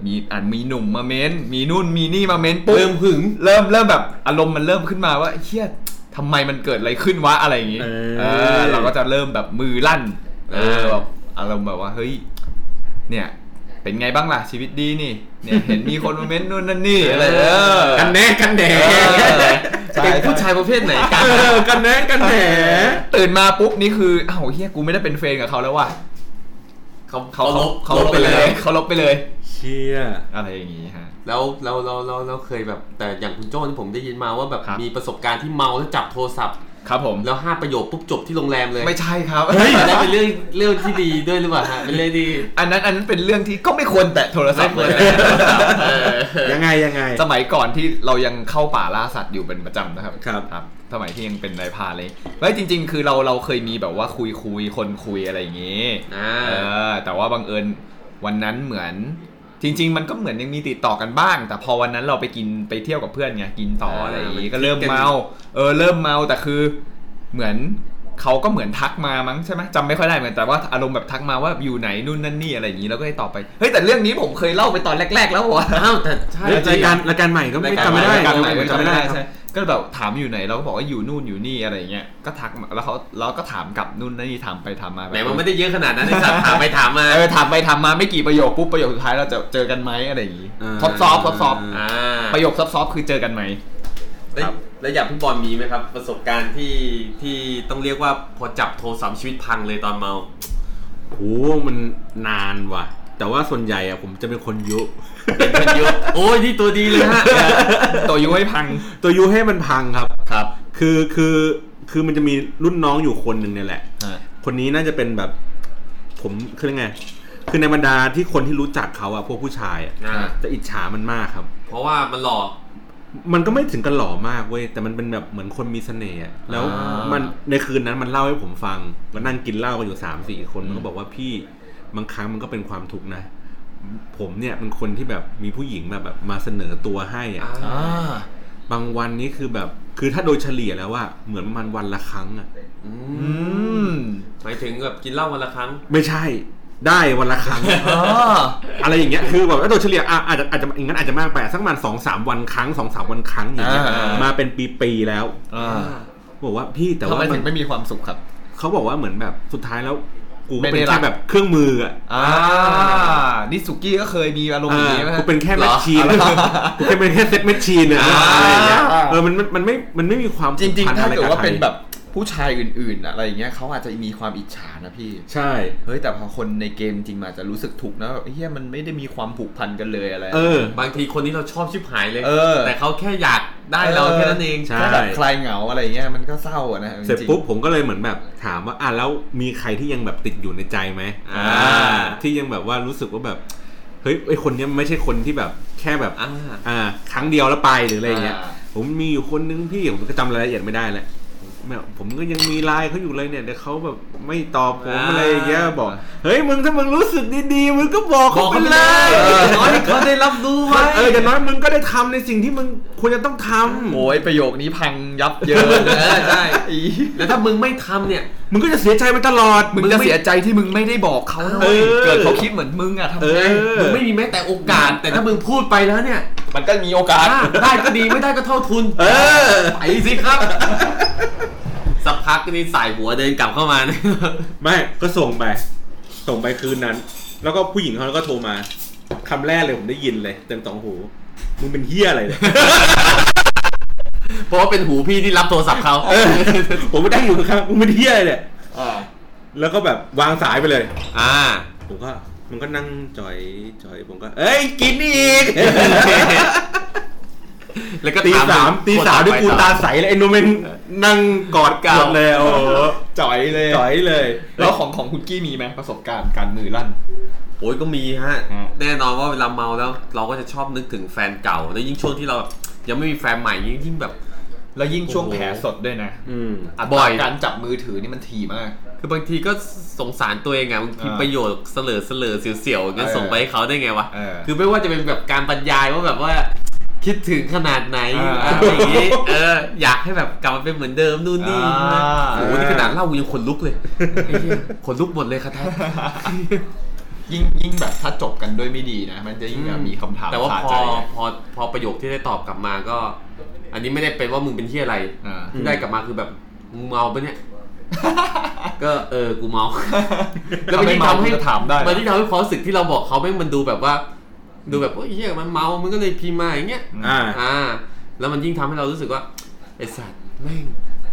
[SPEAKER 2] มีอ่านมีหนุ่มมาเม้น มีนู่นมีนี่มาเม้นปุ๊บ
[SPEAKER 4] เริ่มหึง
[SPEAKER 2] เริ่มเริ่มแบบอารมณ์มันเริ่มขึ้นมาว่าเฮียทำไมมันเกิดอะไรขึ้นวะอะไรอย่างงี้
[SPEAKER 3] เออ
[SPEAKER 2] เออเราก็จะเริ่มแบบมือลั่น เออแบบอารมณ์แบบว่าเฮ้ย เนี่ย เป็นไงบ้างล่ะชีวิตดีนี่ เนี่ย เห็นมีคนมาเม้นนู่นนั่นนี่อะไรเออ
[SPEAKER 3] กันแน่กันแหน
[SPEAKER 2] เออใช่
[SPEAKER 4] เป็นผู้ชายประเภทไหนกัน
[SPEAKER 3] เออกันแน่กันแหน
[SPEAKER 2] ตื่นมาปุ๊บนี่คืออ้าวเฮียกูไม่ได้เป็นเฟรนด์กับเขาแล้วว่ะ
[SPEAKER 4] เขา
[SPEAKER 2] เขา
[SPEAKER 4] ลบ
[SPEAKER 2] เขาลบไปเลย เขาลบไปเลย
[SPEAKER 3] เชี่ย
[SPEAKER 2] อะไรอย่างงี้ฮะ
[SPEAKER 4] แล้วเราเราเราเราเคยแบบแต่อย่างคุณโจ้นี่ผมได้ยินมาว่าแบบ
[SPEAKER 2] ครับ
[SPEAKER 4] มีประสบการณ์ที่เมาแล้วจับโทรศัพท์
[SPEAKER 2] ครับผม
[SPEAKER 4] แล้วห้าประโยคปุ๊บจบที่โรงแรมเลย
[SPEAKER 2] ไม่ใช่ครับ
[SPEAKER 4] เฮ้ยอันนั้นเป็นเรื่องเรื่องที่ดีด้วยหรือเปล่าฮะเป็นเรื่องที่
[SPEAKER 2] อันนั้นอันนั้นเป็นเรื่องที่ก็ไม่ควรแตะโทรศัพท์เลย
[SPEAKER 4] เออ
[SPEAKER 3] ยังไงยังไง
[SPEAKER 2] สมัยก่อนที่เรายังเข้าป่าล่าสัตว์อยู่เป็นประจำนะครับ
[SPEAKER 3] ครับ
[SPEAKER 2] ครับ สมัยที่ยังเป็นนายพรานเลยเฮ้ยจริง ๆ คือเราเราเคยมีแบบว่าคุยคุยคนคุยอะไรอย่างงี้
[SPEAKER 4] อ่า
[SPEAKER 2] เออ แต่ว่าบังเอิญวันนั้นเหมือน จริง ๆ มันก็เหมือนยังมีติดต่อกันบ้าง แต่พอวันนั้นเราไปกินไปเที่ยวกับเพื่อนไงกินต่ออะไรอย่างงี้
[SPEAKER 4] อ่ามัน
[SPEAKER 2] ก็เริ่ม
[SPEAKER 4] คิดกัน
[SPEAKER 2] เมาเออเริ่มเมาแต่คือ เหมือนเขาก็เหมือนทักมามั้งใช่ไหมจำไม่ค่อยได้เหมือนแต่ว่าอารมณ์แบบทักมาว่าอยู่ไหนนู่นนั่นนี่อะไรอย่างงี้แล้วก็ให้ตอบไปเฮ้ยแต่เรื่องนี้ผมเคยเล่าไปตอนแรก ๆ แล้ววะ
[SPEAKER 4] อ้าวแต่ใช่
[SPEAKER 3] เฮ้ยรายการรายการใหม่ก็ไม่จำไม่ได้
[SPEAKER 2] รายการใหม่
[SPEAKER 3] จำ
[SPEAKER 2] จำ
[SPEAKER 3] ไม่
[SPEAKER 2] ไม่
[SPEAKER 3] ได้
[SPEAKER 2] ได้
[SPEAKER 3] ครับ
[SPEAKER 2] ใช่ก็แบบถามอยู่ไหนเราก็บอกว่าอยู่นู่นอยู่นี่อะไรอย่างเงี้ยก็ทักมาแล้วเขาเราก็ถามกลับนู่นนี่ถามไปถามมา
[SPEAKER 4] ไหนมันไม่ได้เยอะขนาดนั้นไอ้สัตว์ถามไปถามมา
[SPEAKER 2] เออถามไปถามมาไม่กี่ประโยคปุ๊บประโยคสุดท้ายเราจะเจอกันไหมอะไรอย่างงี้
[SPEAKER 3] อ่า
[SPEAKER 2] ซอฟซอฟซอฟ
[SPEAKER 4] อ่า
[SPEAKER 2] ประโยคซอฟซอฟคือเจอ กันไหม
[SPEAKER 4] แล้ว
[SPEAKER 2] ครับ
[SPEAKER 4] แล้วอย่างพี่บอลมีไหมครับ ประสบการณ์ที่ที่ต้องเรียกว่าพอจับโทรศัพท์ชีวิตพังเลยตอนเมา
[SPEAKER 3] โหมันนานว่ะ แต่ว่าส่วนใหญ่อะผมจะเป็นคนยุ
[SPEAKER 4] เป็นคนเยอะโอ้ยนี่ตัวดีเลยฮะ
[SPEAKER 2] ตัวยุ้ยพัง
[SPEAKER 3] ตัวยุให้มันพังครับ
[SPEAKER 2] ครับ
[SPEAKER 3] คือคือคือมันจะมีรุ่นน้องอยู่คนหนึ่งเนี่ยแหละ คนนี้น่าจะเป็นแบบ ผมคือไง คือในบรรดาที่คนที่รู้จักเขาอะพวกผู้ชายอะ
[SPEAKER 4] อ่า
[SPEAKER 3] จะอิจฉามันมากครับ
[SPEAKER 4] เพราะว่ามันหล่อ
[SPEAKER 3] มันก็ไม่ถึงกันหล่อมากเว้ยแต่มันเป็นแบบเหมือนคนมีเสน่ห์อะแล้ว
[SPEAKER 4] อ่ามั
[SPEAKER 3] มันในคืนนั้นมันเล่าให้ผมฟังมันนั่งกินเหล้ากันอยู่สามสี่คนมันก็บอกว่าพี่บางครั้งมันก็เป็นความทุกข์นะ ผมเนี่ยเป็นคนที่แบบมีผู้หญิงแบบแบบมาเสนอตัวให้
[SPEAKER 4] อ
[SPEAKER 3] อะ
[SPEAKER 4] อ่า
[SPEAKER 3] บางวันนี้คือแบบ คือถ้าโดยเฉลี่ยแล้วว่าเหมือนประมาณวันละครั้งอะ
[SPEAKER 4] อื
[SPEAKER 2] อื
[SPEAKER 4] ม
[SPEAKER 2] ม
[SPEAKER 4] หมายถึงแบบกินเหล้าวันละครั้ง
[SPEAKER 3] ไม่ใช่ได้วันละครั้ง
[SPEAKER 2] อ๋อ
[SPEAKER 3] อะไรอย่างเงี้ยคือแบบว่าโดยเฉลี่ยอ่ะอาจจะอาจจะอย่างนั้นอาจจะมากไปอ่ะสักประมาณสองสามวันครั้งสองสามวันครั้งอย่างเงี้ย
[SPEAKER 4] อ่าม
[SPEAKER 3] มาเป็นปีๆแล้ว
[SPEAKER 2] อ่า
[SPEAKER 3] บอกว่าพี่แต่
[SPEAKER 2] ทำ
[SPEAKER 3] ว่า
[SPEAKER 2] ไม
[SPEAKER 3] มั
[SPEAKER 2] ถึ
[SPEAKER 3] น
[SPEAKER 2] งไม่มีความสุขครับ
[SPEAKER 3] เขาบอกว่าเหมือนแบบสุดท้ายแล้ว กูก็
[SPEAKER 2] ไม่
[SPEAKER 3] เป็น
[SPEAKER 2] ได้รั
[SPEAKER 3] แค่
[SPEAKER 2] ก
[SPEAKER 3] แบบเครื่องมืออ่ะ
[SPEAKER 2] อ่านี่สุกี้ก็เคยมีอารมณ์อย่างนี้ไหม
[SPEAKER 3] อ่า
[SPEAKER 2] ฮะ
[SPEAKER 3] กูเป็นแค่แมชชีน
[SPEAKER 2] เหรอ
[SPEAKER 3] กูแค่เป็นแค่เซ็ตแมชชีนอะ
[SPEAKER 2] อ่า
[SPEAKER 3] อะไรอย่างเงี้ยเออมันมันมันไม่มันไม่มีความ
[SPEAKER 2] จริง
[SPEAKER 3] สัมพัน
[SPEAKER 2] ๆ
[SPEAKER 3] ธ์
[SPEAKER 2] ถ้า
[SPEAKER 3] อะไ
[SPEAKER 2] เกิดว่า
[SPEAKER 3] ใคร
[SPEAKER 2] เป็นแบบผู้ชายอื่นๆ อะไรอย่างเงี้ยเขาอาจจะมีความอิจฉานะพี่
[SPEAKER 3] ใช่
[SPEAKER 2] เฮ้ยแต่พอคนในเกมจริงมาจะรู้สึกถูกนะแบบเฮียมันไม่ได้มีความผูกพันกันเลยอะไร
[SPEAKER 3] เออ
[SPEAKER 4] บางทีคนที่เราชอบชิบหายเลย
[SPEAKER 2] เออ
[SPEAKER 4] แต่เขาแค่อยากได้เราแค่นั้นเอง
[SPEAKER 3] ใช่
[SPEAKER 2] แค่แบบคลายเหงาอะไรเงี้ยมันก็เศร้าอะนะ
[SPEAKER 3] เสร็จ
[SPEAKER 2] จงๆ
[SPEAKER 3] ปุ๊บผมก็เลยเหมือนแบบถามว่าอ่ะแล้วมีใครที่ยังแบบติดอยู่ในใจไหม
[SPEAKER 4] อ่า
[SPEAKER 3] ที่ยังแบบว่ารู้สึกว่าแบบเฮ้ยไอคนเนี้ยไม่ใช่คนที่แบบแค่แบบ
[SPEAKER 4] อ่า
[SPEAKER 3] อ่าครั้งเดียวแล้วไปหรืออะไรอย่างเงี้ย
[SPEAKER 2] อ่า
[SPEAKER 3] ผมมีอยู่คนนึงพี่ผมก็จำรายละเอียดไม่ได้แหละแม่ผมก็ยังมีไลน์เขาอยู่เลยเนี่ยเดี๋ยวเขาแบบไม่ตอบผมอะไรอย่างเงี้ยบอกเฮ้ยมึงถ้ามึงรู้สึกดีๆมึงก็บอก
[SPEAKER 4] บ
[SPEAKER 3] เขา
[SPEAKER 4] อก
[SPEAKER 3] ไป
[SPEAKER 4] มัน
[SPEAKER 3] เล
[SPEAKER 4] เลย ยอย่างน้อยให้เขาได้รับรู้ไว้
[SPEAKER 3] เอออย่างน้อยมึงก็ได้ทำในสิ่งที่มึงควรจะต้องทำ
[SPEAKER 2] โอ้ยประโยคนี้พังยับเยินนะ
[SPEAKER 4] ใช่
[SPEAKER 2] อี
[SPEAKER 4] แล้วถ้ามึงไม่ทำเนี่ย
[SPEAKER 3] มึงก็จะเสียใจไปตลอด
[SPEAKER 2] มึงจะเสียใจที่มึงไม่ได้บอกเขานะ
[SPEAKER 3] เอ
[SPEAKER 2] เว้ย
[SPEAKER 3] อ
[SPEAKER 2] เกิดเขาคิดเหมือนมึงอะทำ
[SPEAKER 3] เอ
[SPEAKER 2] ไง
[SPEAKER 3] อ
[SPEAKER 4] มึงไม่มีแม้แต่โอกาส แต่ถ้ามึงพูดไปแล้วเนี่ย
[SPEAKER 2] มันก็มีโอกาส
[SPEAKER 4] อ่ะได้ก็ดีไม่ได้ก็เท่าทุน
[SPEAKER 3] เออ
[SPEAKER 4] ไปสิครับ สักพักนี่สายหัวเดินกลับเข้ามาเนี่ย
[SPEAKER 3] ไม่ก็ส่งไป ส่งไปคืนนั้น แล้วก็ผู้หญิงเขาก็โทรมาคำแรกเลยผมได้ยินเลย เต็มสองหู มึงเป็นเฮียอะไรเนี่ย
[SPEAKER 4] เพราะว่าเป็นหูพี่ที่รับโทรศัพท์เขา
[SPEAKER 3] ผมไม่ได้อยู่ข้างๆมึงเป็นเฮียอะไรเนี่ยแล้วก็แบบวางสายไปเลย
[SPEAKER 4] อ่า
[SPEAKER 3] ผมก็มันก็นั่งจอยจอยผมก็ เอ้ยกินอีก
[SPEAKER 4] แล้วก็
[SPEAKER 3] ตีสา
[SPEAKER 4] ค
[SPEAKER 3] ม
[SPEAKER 4] น
[SPEAKER 3] ตีสาม
[SPEAKER 4] ต่อ
[SPEAKER 3] ด้วย
[SPEAKER 4] ไป
[SPEAKER 3] กูตา
[SPEAKER 4] ต่อ
[SPEAKER 3] ใสเลยไอ้โนเมนนั่งกอดกาวเลยโอ้โห
[SPEAKER 2] จ่อยเลย
[SPEAKER 3] จ่อยเลย
[SPEAKER 2] แล้วของของคุณกี้มีไหมประสบการณ์การมือลั่น
[SPEAKER 4] โอ้ยก็มีฮะ
[SPEAKER 2] อืม
[SPEAKER 4] แน่นอนว่าเวลาเมาแล้วเราก็จะชอบนึกถึงแฟนเก่า แล้วยิ่งช่วงที่เรายังไม่มีแฟนใหม่ยิ่งยิ่งแบบ
[SPEAKER 2] แล้วยิ่งช่วง
[SPEAKER 4] โอ้โห
[SPEAKER 2] แผลสดด้วยนะ
[SPEAKER 3] อืม
[SPEAKER 2] อัต
[SPEAKER 4] บ่
[SPEAKER 2] รา
[SPEAKER 4] อย
[SPEAKER 2] การจับมือถือนี่มันทีมาก
[SPEAKER 4] คือบางทีก็สงสารตัวเองไงบางที
[SPEAKER 2] อ่า
[SPEAKER 4] ประโยชน์เสลอเสลอเสียวๆงั้น
[SPEAKER 2] เออ
[SPEAKER 4] ส่งไปให้เขาได้ไงวะ
[SPEAKER 2] เออ
[SPEAKER 4] คือไม่ว่าจะเป็นแบบการบรรยายว่าแบบว่า คิดถึงขนาดไหน
[SPEAKER 2] อ่า
[SPEAKER 4] อะไรอย่างงี้เอออยากให้แบบกลับมาเป็นเหมือนเดิมนู่นนี่
[SPEAKER 2] อ่า
[SPEAKER 4] โอ้โหนี่ขนาดเล่ากูยังขนลุกเลยไอ้เหี้ยขนลุกหมดเลยครับท่าน
[SPEAKER 2] ยิ่งยิ่งแบบถ้าจบกันด้วยไม่ดีนะ มันจะยิ่งแบบมีคำถาม
[SPEAKER 4] แต่ว่า
[SPEAKER 2] คา
[SPEAKER 4] พ
[SPEAKER 2] ใจ
[SPEAKER 4] อ
[SPEAKER 2] นะ
[SPEAKER 4] พอพอประโยคที่ได้ตอบกลับมาก็ อันนี้ไม่ได้เป็นว่ามึงเป็นที่อะไร
[SPEAKER 2] อ่า
[SPEAKER 4] ที่ได้กลับมาคือแบบมึงเมาปะ เนี่ย ก็เออกูเมา แล้วมันยิ่งทำให้
[SPEAKER 2] ถ้าไม่เมาคุณจะถามได้
[SPEAKER 4] มันยิ่งทำให้ความรู้สึกที่เราบอกเขาไม่งมันดูแบบว่า ดูแบบโอ้ยเฮียมันเมามันก็เลยพิมพ์มาอย่างเงี้ย
[SPEAKER 3] อ่า
[SPEAKER 4] อ่า แล้วมันยิ่งทำให้เรารู้สึกว่าไอสัตว์แม่ง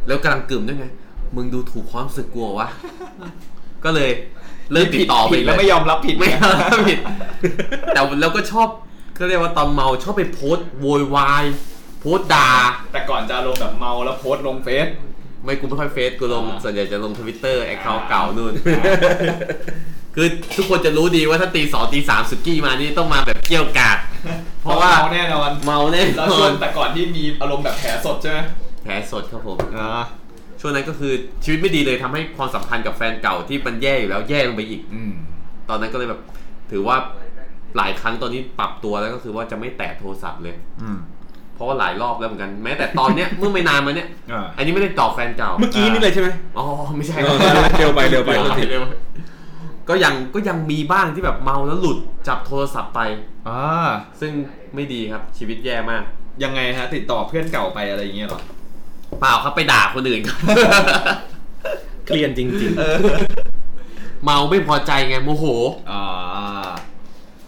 [SPEAKER 4] แล้วกำลังกล่มด้วยไงมึงดูถูกความรู้สึกกลัววะก็เลยเลิกติดต่อไป
[SPEAKER 2] ผิด
[SPEAKER 4] อีก
[SPEAKER 2] แล้ว
[SPEAKER 4] เย
[SPEAKER 2] ไม่ยอมรับผิด
[SPEAKER 4] ไม่
[SPEAKER 2] เนี่ย
[SPEAKER 4] เอาผิด แต่เราก็ชอบก็เรียกว่าตอนเมาชอบไปโพสต์โวยวาย โพสต์ด่า
[SPEAKER 2] แต่ก่อนจะลงแบบเมาแล้วโพสต์ลงเฟซ
[SPEAKER 4] ไม่กูไม่ค่อยเฟซกูลง
[SPEAKER 2] อ่า
[SPEAKER 4] ส่วนใหญ่จะลงทวิตเตอร์แอคเคาท์เก่านู่น คือทุกคนจะรู้ดีว่าถ้าตีสองตีสามสุกี้มานี่ต้องมาแบบเกี่ยวกาด เพราะว่า
[SPEAKER 2] เมาแน่นอน
[SPEAKER 4] เมาแน่
[SPEAKER 2] แล้ว
[SPEAKER 4] น
[SPEAKER 2] ช่
[SPEAKER 4] อ
[SPEAKER 2] วน งแต่ก่อนที่มีอารมณ์แบบแผลสดใช่ไหม
[SPEAKER 4] แผลสดครับผม
[SPEAKER 2] อ่า
[SPEAKER 4] ช่วงนั้นก็คือชีวิตไม่ดีเลยทำให้ความสัมพันธ์กับแฟนเก่าที่มันแย่อยู่แล้วแย่ลงไปอีก
[SPEAKER 2] อืม
[SPEAKER 4] ตอนนั้นก็เลยแบบ ถือว่าหลายครั้งตอนนี้ปรับตัวแล้วก็คือว่าจะไม่แตะโทรศัพท์เลย
[SPEAKER 2] อืม
[SPEAKER 4] เพราะว่าหลายรอบแล้วเหมือนกันแม้แต่ตอนเนี้ย เมื่อไม่นานมาเนี้ย
[SPEAKER 2] อ่า
[SPEAKER 4] อันนี้ไม่ได้ตอบแฟนเก่า
[SPEAKER 3] เมื่อกี้นี่เลยใช่ไหม
[SPEAKER 4] อ๋อไม่ใช่
[SPEAKER 3] เออเร็วไปเร็วไป
[SPEAKER 4] เร็ว
[SPEAKER 3] โทษที
[SPEAKER 4] เร็วไป ก็ยังก็ยังมีบ้างที่แบบเมาแล้วหลุดจับโทรศัพท์ไป
[SPEAKER 2] อ่า
[SPEAKER 4] ซึ่งไม่ดีครับชีวิตแย่มาก
[SPEAKER 2] ยังไงฮะ ติดต่อเพื่อนเก่าไปอะไรอย่างเงี้ยเหรอ
[SPEAKER 4] เปล่าครับไปด่าคนอื่นครับ
[SPEAKER 3] เคลียนจริง ๆ
[SPEAKER 4] เมาไม่พอใจไงโมโห
[SPEAKER 2] อ่า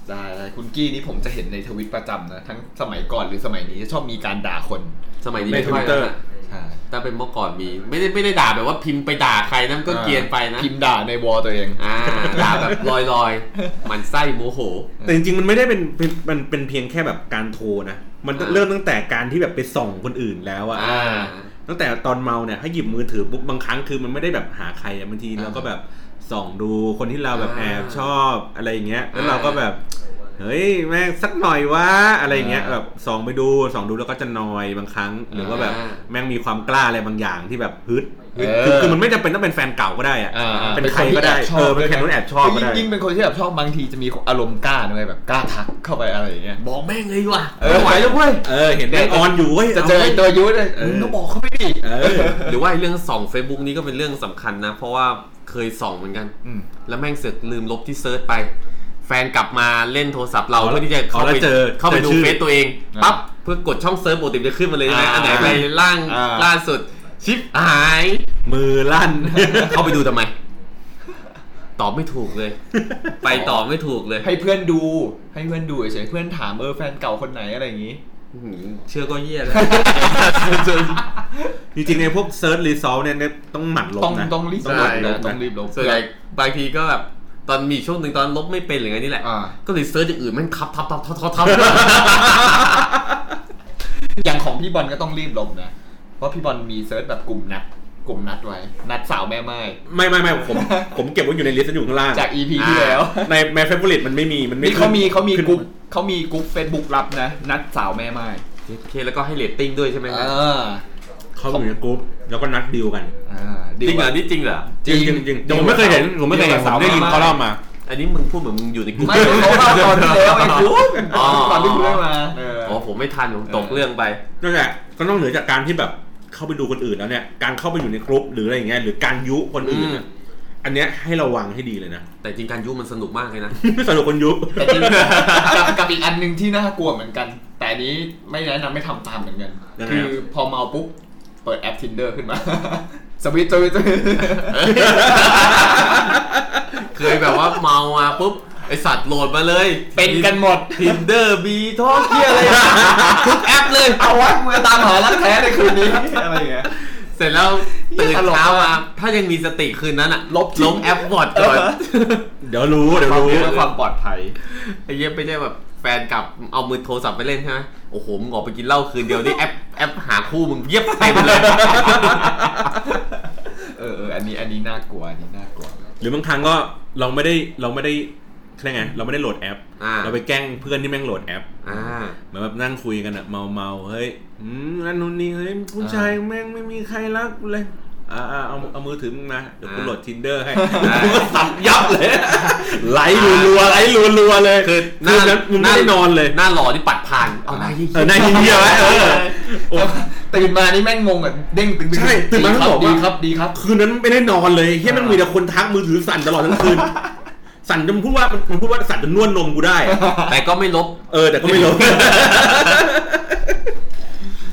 [SPEAKER 2] ได้ได้คุณกี้นี่ผมจะเห็นในทวิตประจำนะ ทั้งสมัยก่อนหรือสมัยนี้ชอบมีการด่าคน
[SPEAKER 4] สมัยนี้
[SPEAKER 3] ใน
[SPEAKER 4] ไม่ค่อย
[SPEAKER 3] Twitter
[SPEAKER 4] แล้วนะ
[SPEAKER 2] ใช่
[SPEAKER 4] ถ้าเป็นเมื่อก่อนมี ไม่ได้ไม่ได้ด่าแบบว่าพิมพ์ไปด่าใครนั่นก็เกรียนไป นะ
[SPEAKER 2] พิมพ์ด่าในวอลตัวเอง
[SPEAKER 4] อ่าด่าแบบลอยๆหมันไส้โมโห
[SPEAKER 3] แต่จริงๆ มันไม่ได้เป็นเป็นมันเป็นเพียงแค่แบบการโทรนะ มัน
[SPEAKER 4] อ่า
[SPEAKER 3] เริ่มตั้งแต่การที่แบบไปส่องคนอื่นแล้วอะ
[SPEAKER 4] อ่า
[SPEAKER 3] ตั้งแต่ตอนเมาเนี่ยถ้าหยิบมือถือปุ๊บบางครั้งคือมันไม่ได้แบบหาใครอะบางทีเราก็แบบส่องดูคนที่เราแบบแอ
[SPEAKER 4] อ่า
[SPEAKER 3] บชอบอะไรอย่างเงี้ย แล้วเรา
[SPEAKER 4] อ่า
[SPEAKER 3] ก็แบบ เฮ้ยแม่งสักหน่อยวะอะไรอย่างเงี้ย
[SPEAKER 2] อ่า
[SPEAKER 3] แบบส่องไปดูส่องดูแล้วก็จะนอยบางครั้ง หรือว่าแบบแม่งมีความกล้าอะไรบางอย่างที่แบบฮึดฮึดคือคือมันไม่จำเป็นต้องเป็นแฟนเก่าก็ได้อะ เป็นใครก็ได้
[SPEAKER 2] เป็นนที่แอบช
[SPEAKER 3] เอ
[SPEAKER 2] อ
[SPEAKER 3] อ
[SPEAKER 2] บ
[SPEAKER 3] เป็นใครก็ได้แอบชอบก็ได้
[SPEAKER 2] ยิ่งยิ่งเป็นคนที่แบบชอบบางทีจะมีอารมณ์กล้าด้วยแบบกล้าทักเข้าไปอะไรอย่างเงี้ย
[SPEAKER 4] บอกแม่งเลยดีกว่ะ
[SPEAKER 2] เออไหวแล้วเว้ย
[SPEAKER 3] เออเห็นได้ออนอยู่เว้ย
[SPEAKER 2] จะเจอไอ้ตัวยุ้ยเลยมึงก็บอกเขาไปดิ
[SPEAKER 3] เออ
[SPEAKER 4] หรือว่าไอ้เรื่องส่อง Facebook นี่ก็เป็นเรื่องสำคัญนะ เพราะว่าเคยส่องเหมือนกัน
[SPEAKER 2] อืม
[SPEAKER 4] แล้วแม่งเสึกลืมลบที่เซิร์ชไป แฟนกลับมาเล่นโทรศัพท์เรา
[SPEAKER 3] อ๋อ
[SPEAKER 4] เพื่อที่จะเข้า
[SPEAKER 3] แล้ว
[SPEAKER 4] ไป
[SPEAKER 3] เจอ
[SPEAKER 4] เข้าไปดู
[SPEAKER 3] เจอชื่อ
[SPEAKER 4] เฟซตัวเอง
[SPEAKER 2] อ่า
[SPEAKER 4] ปั๊บเพื่อกดช่องเซิร์ชปกติมันจะขึ้นมาเลยใช่ไหม
[SPEAKER 3] อ่า
[SPEAKER 4] อันไหนไปล่าง
[SPEAKER 2] อ่า
[SPEAKER 4] ล่าสุด ชิปหาย
[SPEAKER 3] มือลั่น
[SPEAKER 4] เข้าไปดูทำไม ตอบไม่ถูกเลย ไปตอบไม่ถูกเลย
[SPEAKER 2] ให้เพื่อนดูให้เพื่อนดูเฉยๆเพื่อนถามเออแฟนเก่าคนไหนอะไรอย่างงี้
[SPEAKER 4] อื้อหือเชื่อก็เยี่ยแล้ว
[SPEAKER 3] จริงๆในพวกเซิร์ชรีซอลเนี่ยต้องหมั่นลบ
[SPEAKER 2] ต้อง
[SPEAKER 3] นะ
[SPEAKER 2] ต้องรีบ
[SPEAKER 4] ต้องหมั่นล
[SPEAKER 2] ล
[SPEAKER 4] บ
[SPEAKER 2] บต้องรีบลบ
[SPEAKER 4] ส่วนใหญ่บางทีก็แบบตอนมีช่วงหนึ่งตอนลบไม่เป็นหรือไงนี่แหละ
[SPEAKER 2] อ่า
[SPEAKER 4] ก็เลยเซิร์ชอย่างอื่นแม่งทับทับทับทับทับทับ
[SPEAKER 2] อย่างของพี่บอลก็ต้องรีบลบนะ เพราะพี่บอลมีเซิร์ชแบบกลุ่มนัด กลุ่มนัดไว้ นัดสาวแม่ไม้
[SPEAKER 3] ไม่ไม่ไม่ผมผมเก็บไว้อยู่ในลิสต์อยู่ข้างล่าง
[SPEAKER 2] จาก EP ที่แล้ว
[SPEAKER 3] ในแมฟเฟอร์ลิตมันไม่มีมันไม่
[SPEAKER 2] นี่เขามีเขามี
[SPEAKER 3] ขึ้น
[SPEAKER 2] กลุ่มเขามีกลุ่มเฟซบุ๊กลับนะ นัดสาวแม่ไม้
[SPEAKER 4] โอเคแล้วก็ให้เรตติ้งด้วยใช่ไหม
[SPEAKER 2] เอ
[SPEAKER 4] ฮะ
[SPEAKER 2] อ
[SPEAKER 3] เขาอยู่ในกลุ่มแล้วก็นัดดีลกัน
[SPEAKER 2] อ่า
[SPEAKER 4] จริงเหรอ นี่จริงเหรอ
[SPEAKER 3] จริงจริงๆผมไม่เคยเห็นผมไม่เคยเห็นผมได้ยินเขาเล่ามา
[SPEAKER 4] อันนี้มึงพูดเหมือนมึงอยู่ในกลุ่ม
[SPEAKER 2] ไม่เขา เล่าตอนที่แล้วไอ้คุณ
[SPEAKER 4] อ๋อ
[SPEAKER 2] ตอนที่คุณเล่ามาเออ
[SPEAKER 4] อ๋อผมไม่ทัน ผมตกเรื่องไป
[SPEAKER 3] นั่นแหละก็นอกเหนือจากการที่แบบเข้าไปดูคนอื่นแล้วเนี่ย การเข้าไปอยู่ในกลุ่มหรืออะไรอย่างเงี้ยหรือการยุคนอื่น
[SPEAKER 4] อืม
[SPEAKER 3] อะอันเนี้ยให้ระวังให้ดีเลยนะ
[SPEAKER 4] แต่จริงการยุมันสนุกมากเลยนะ
[SPEAKER 3] ไม่สนุกคนยุ
[SPEAKER 2] แต่จริงกับกับอีกอันหนึ่งที่น่ากลัวเหมือนกัน แต่อันนี้ไม่แนะนำไม่ทำตามเหมือนกัน คือพอเมาปุ๊บเปิดแอป tinder ขึ้นมา สวิตช์สวิตช์สวิตช์
[SPEAKER 4] เคยแบบว่าเมามาปุ๊บ ไอสัตว์โหลดมาเลย
[SPEAKER 2] เป็นกันหมด
[SPEAKER 4] ทินเดอร์บีทอเกียอะไรอะทุกแอปเลย
[SPEAKER 2] เอาวะมึงจะตามหารักแท้ในคืนนี้ อะไรอย่างเงี้ย
[SPEAKER 4] เสร็จแล้วตื่น
[SPEAKER 2] ตลกมาก
[SPEAKER 4] เช้ามาถ้ายังมีสติคืนนั้นอะ
[SPEAKER 2] ลบทิ้ง
[SPEAKER 4] แอปบอดก่อน
[SPEAKER 3] เดี๋ยวรู้เดี๋ยวรู้
[SPEAKER 2] เพื่อความปลอดภัย
[SPEAKER 4] ไอ้เหี้ยไม่ใช่แบบแฟ ฟนกลับเอามือโทรศัพท์ไปเล่นใช่ไหมโอ้โหมึงออกไปกินเหล้าคืนเดียวนี่แอปแอปหาคู่มึงเยียบเต็มเลย
[SPEAKER 2] เออเอออันนี้อันนี้น่ากลัวอันนี้น่ากลัว
[SPEAKER 3] หรือบางครั้งก็เราไม่ได้เราไม่ได้อะไรยกไงเราไม่ได้โหลดแอป
[SPEAKER 4] อ่า
[SPEAKER 3] เราไปแกล้งเพื่อนที่แม่งโหลดแอป
[SPEAKER 4] อ่า
[SPEAKER 3] เหมือนแบบนั่งคุยกันอะเมาเมาๆเฮ้ยอืมนั่นนู่นนี่เฮ้ยผู้ชายแม่งไม่มีใครรักกูเลยอ่าอ่าเอาเอามือถือมึงมาเดี๋ยวกู
[SPEAKER 4] อ่า
[SPEAKER 3] โหลดทินเดอร์ให้กูก็สับยับเลยไหลรัวๆไหลรัวๆเลยคือ
[SPEAKER 4] หน้า
[SPEAKER 3] นั้นมึงไม่ได้นอนเลย
[SPEAKER 4] หน้าหล่อที่ปัดผ่านเอาหน้าเหี้ย
[SPEAKER 3] เออหน้ายินเดียวไหมเออโอ้
[SPEAKER 2] แล้วตื่นมานี่แม่งงงแบบเด้งตึงๆ
[SPEAKER 3] ใช่ตื่นมา
[SPEAKER 2] ดีค
[SPEAKER 3] ต้
[SPEAKER 2] รั
[SPEAKER 3] องบอก
[SPEAKER 2] ดี
[SPEAKER 3] ว่า
[SPEAKER 2] ครับดีครับ
[SPEAKER 3] คืนนั้นไม่ได้นอนเลยเฮียมันมีแต่คนทักมือถือสั่นตลอดทั้งคืน สั่นจนพูดว่ามันพูดว่าสั่นจนนวดนมกูได้อะ
[SPEAKER 4] แต่ก็ไม่ลบ
[SPEAKER 3] เออแต่ก็ไม่รู้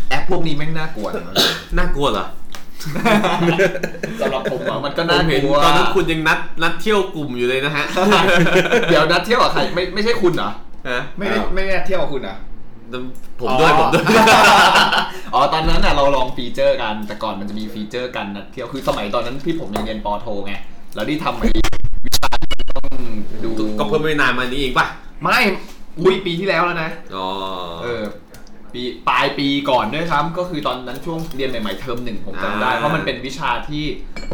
[SPEAKER 2] แอปพวกนี้แม่งน่ากลัวนะ
[SPEAKER 4] น่ากลัวเหรอ
[SPEAKER 2] สำหรับผมอะมันก็
[SPEAKER 4] ผ
[SPEAKER 2] น่าม ก
[SPEAKER 4] เห็น
[SPEAKER 2] ลัว
[SPEAKER 4] ตอนนั้นคุณยังนัดนัดเที่ยวกลุ่มอยู่เลยนะฮะ
[SPEAKER 2] เดี๋ยวนัดเที่ยวกับใครไม่ไม่ใช่คุณเหรอ
[SPEAKER 4] นะ
[SPEAKER 2] ไม่ได้ไม่ได้เที่ยวกับคุณเหรอ
[SPEAKER 4] ผมด้วยผ
[SPEAKER 2] อ๋อ
[SPEAKER 4] ม ด้วย
[SPEAKER 2] อ๋อตอนนั้นน่ะเราลองฟีเจอร์กันแต่ก่อนมันจะมีฟีเจอร์กันนัดเที่ยวคือสมัยตอนนั้นพี่ผมยังเรียนปอโทไงแล้วที่ทำไอ้วิชาที่มันต้องดู
[SPEAKER 4] ก็เพิ่มไม่นานมานี้เองป่ะ
[SPEAKER 2] ไม่อุ้ยปีที่แล้วแล้วนะ
[SPEAKER 4] อ๋อ
[SPEAKER 2] เออปีปลายปีก่อนด้วยครับก็คือตอนนั้นช่วงเรียนใหม่ๆเทอมหนึ่งผมจำได้
[SPEAKER 4] อ่า
[SPEAKER 2] เพราะมันเป็นวิชาที่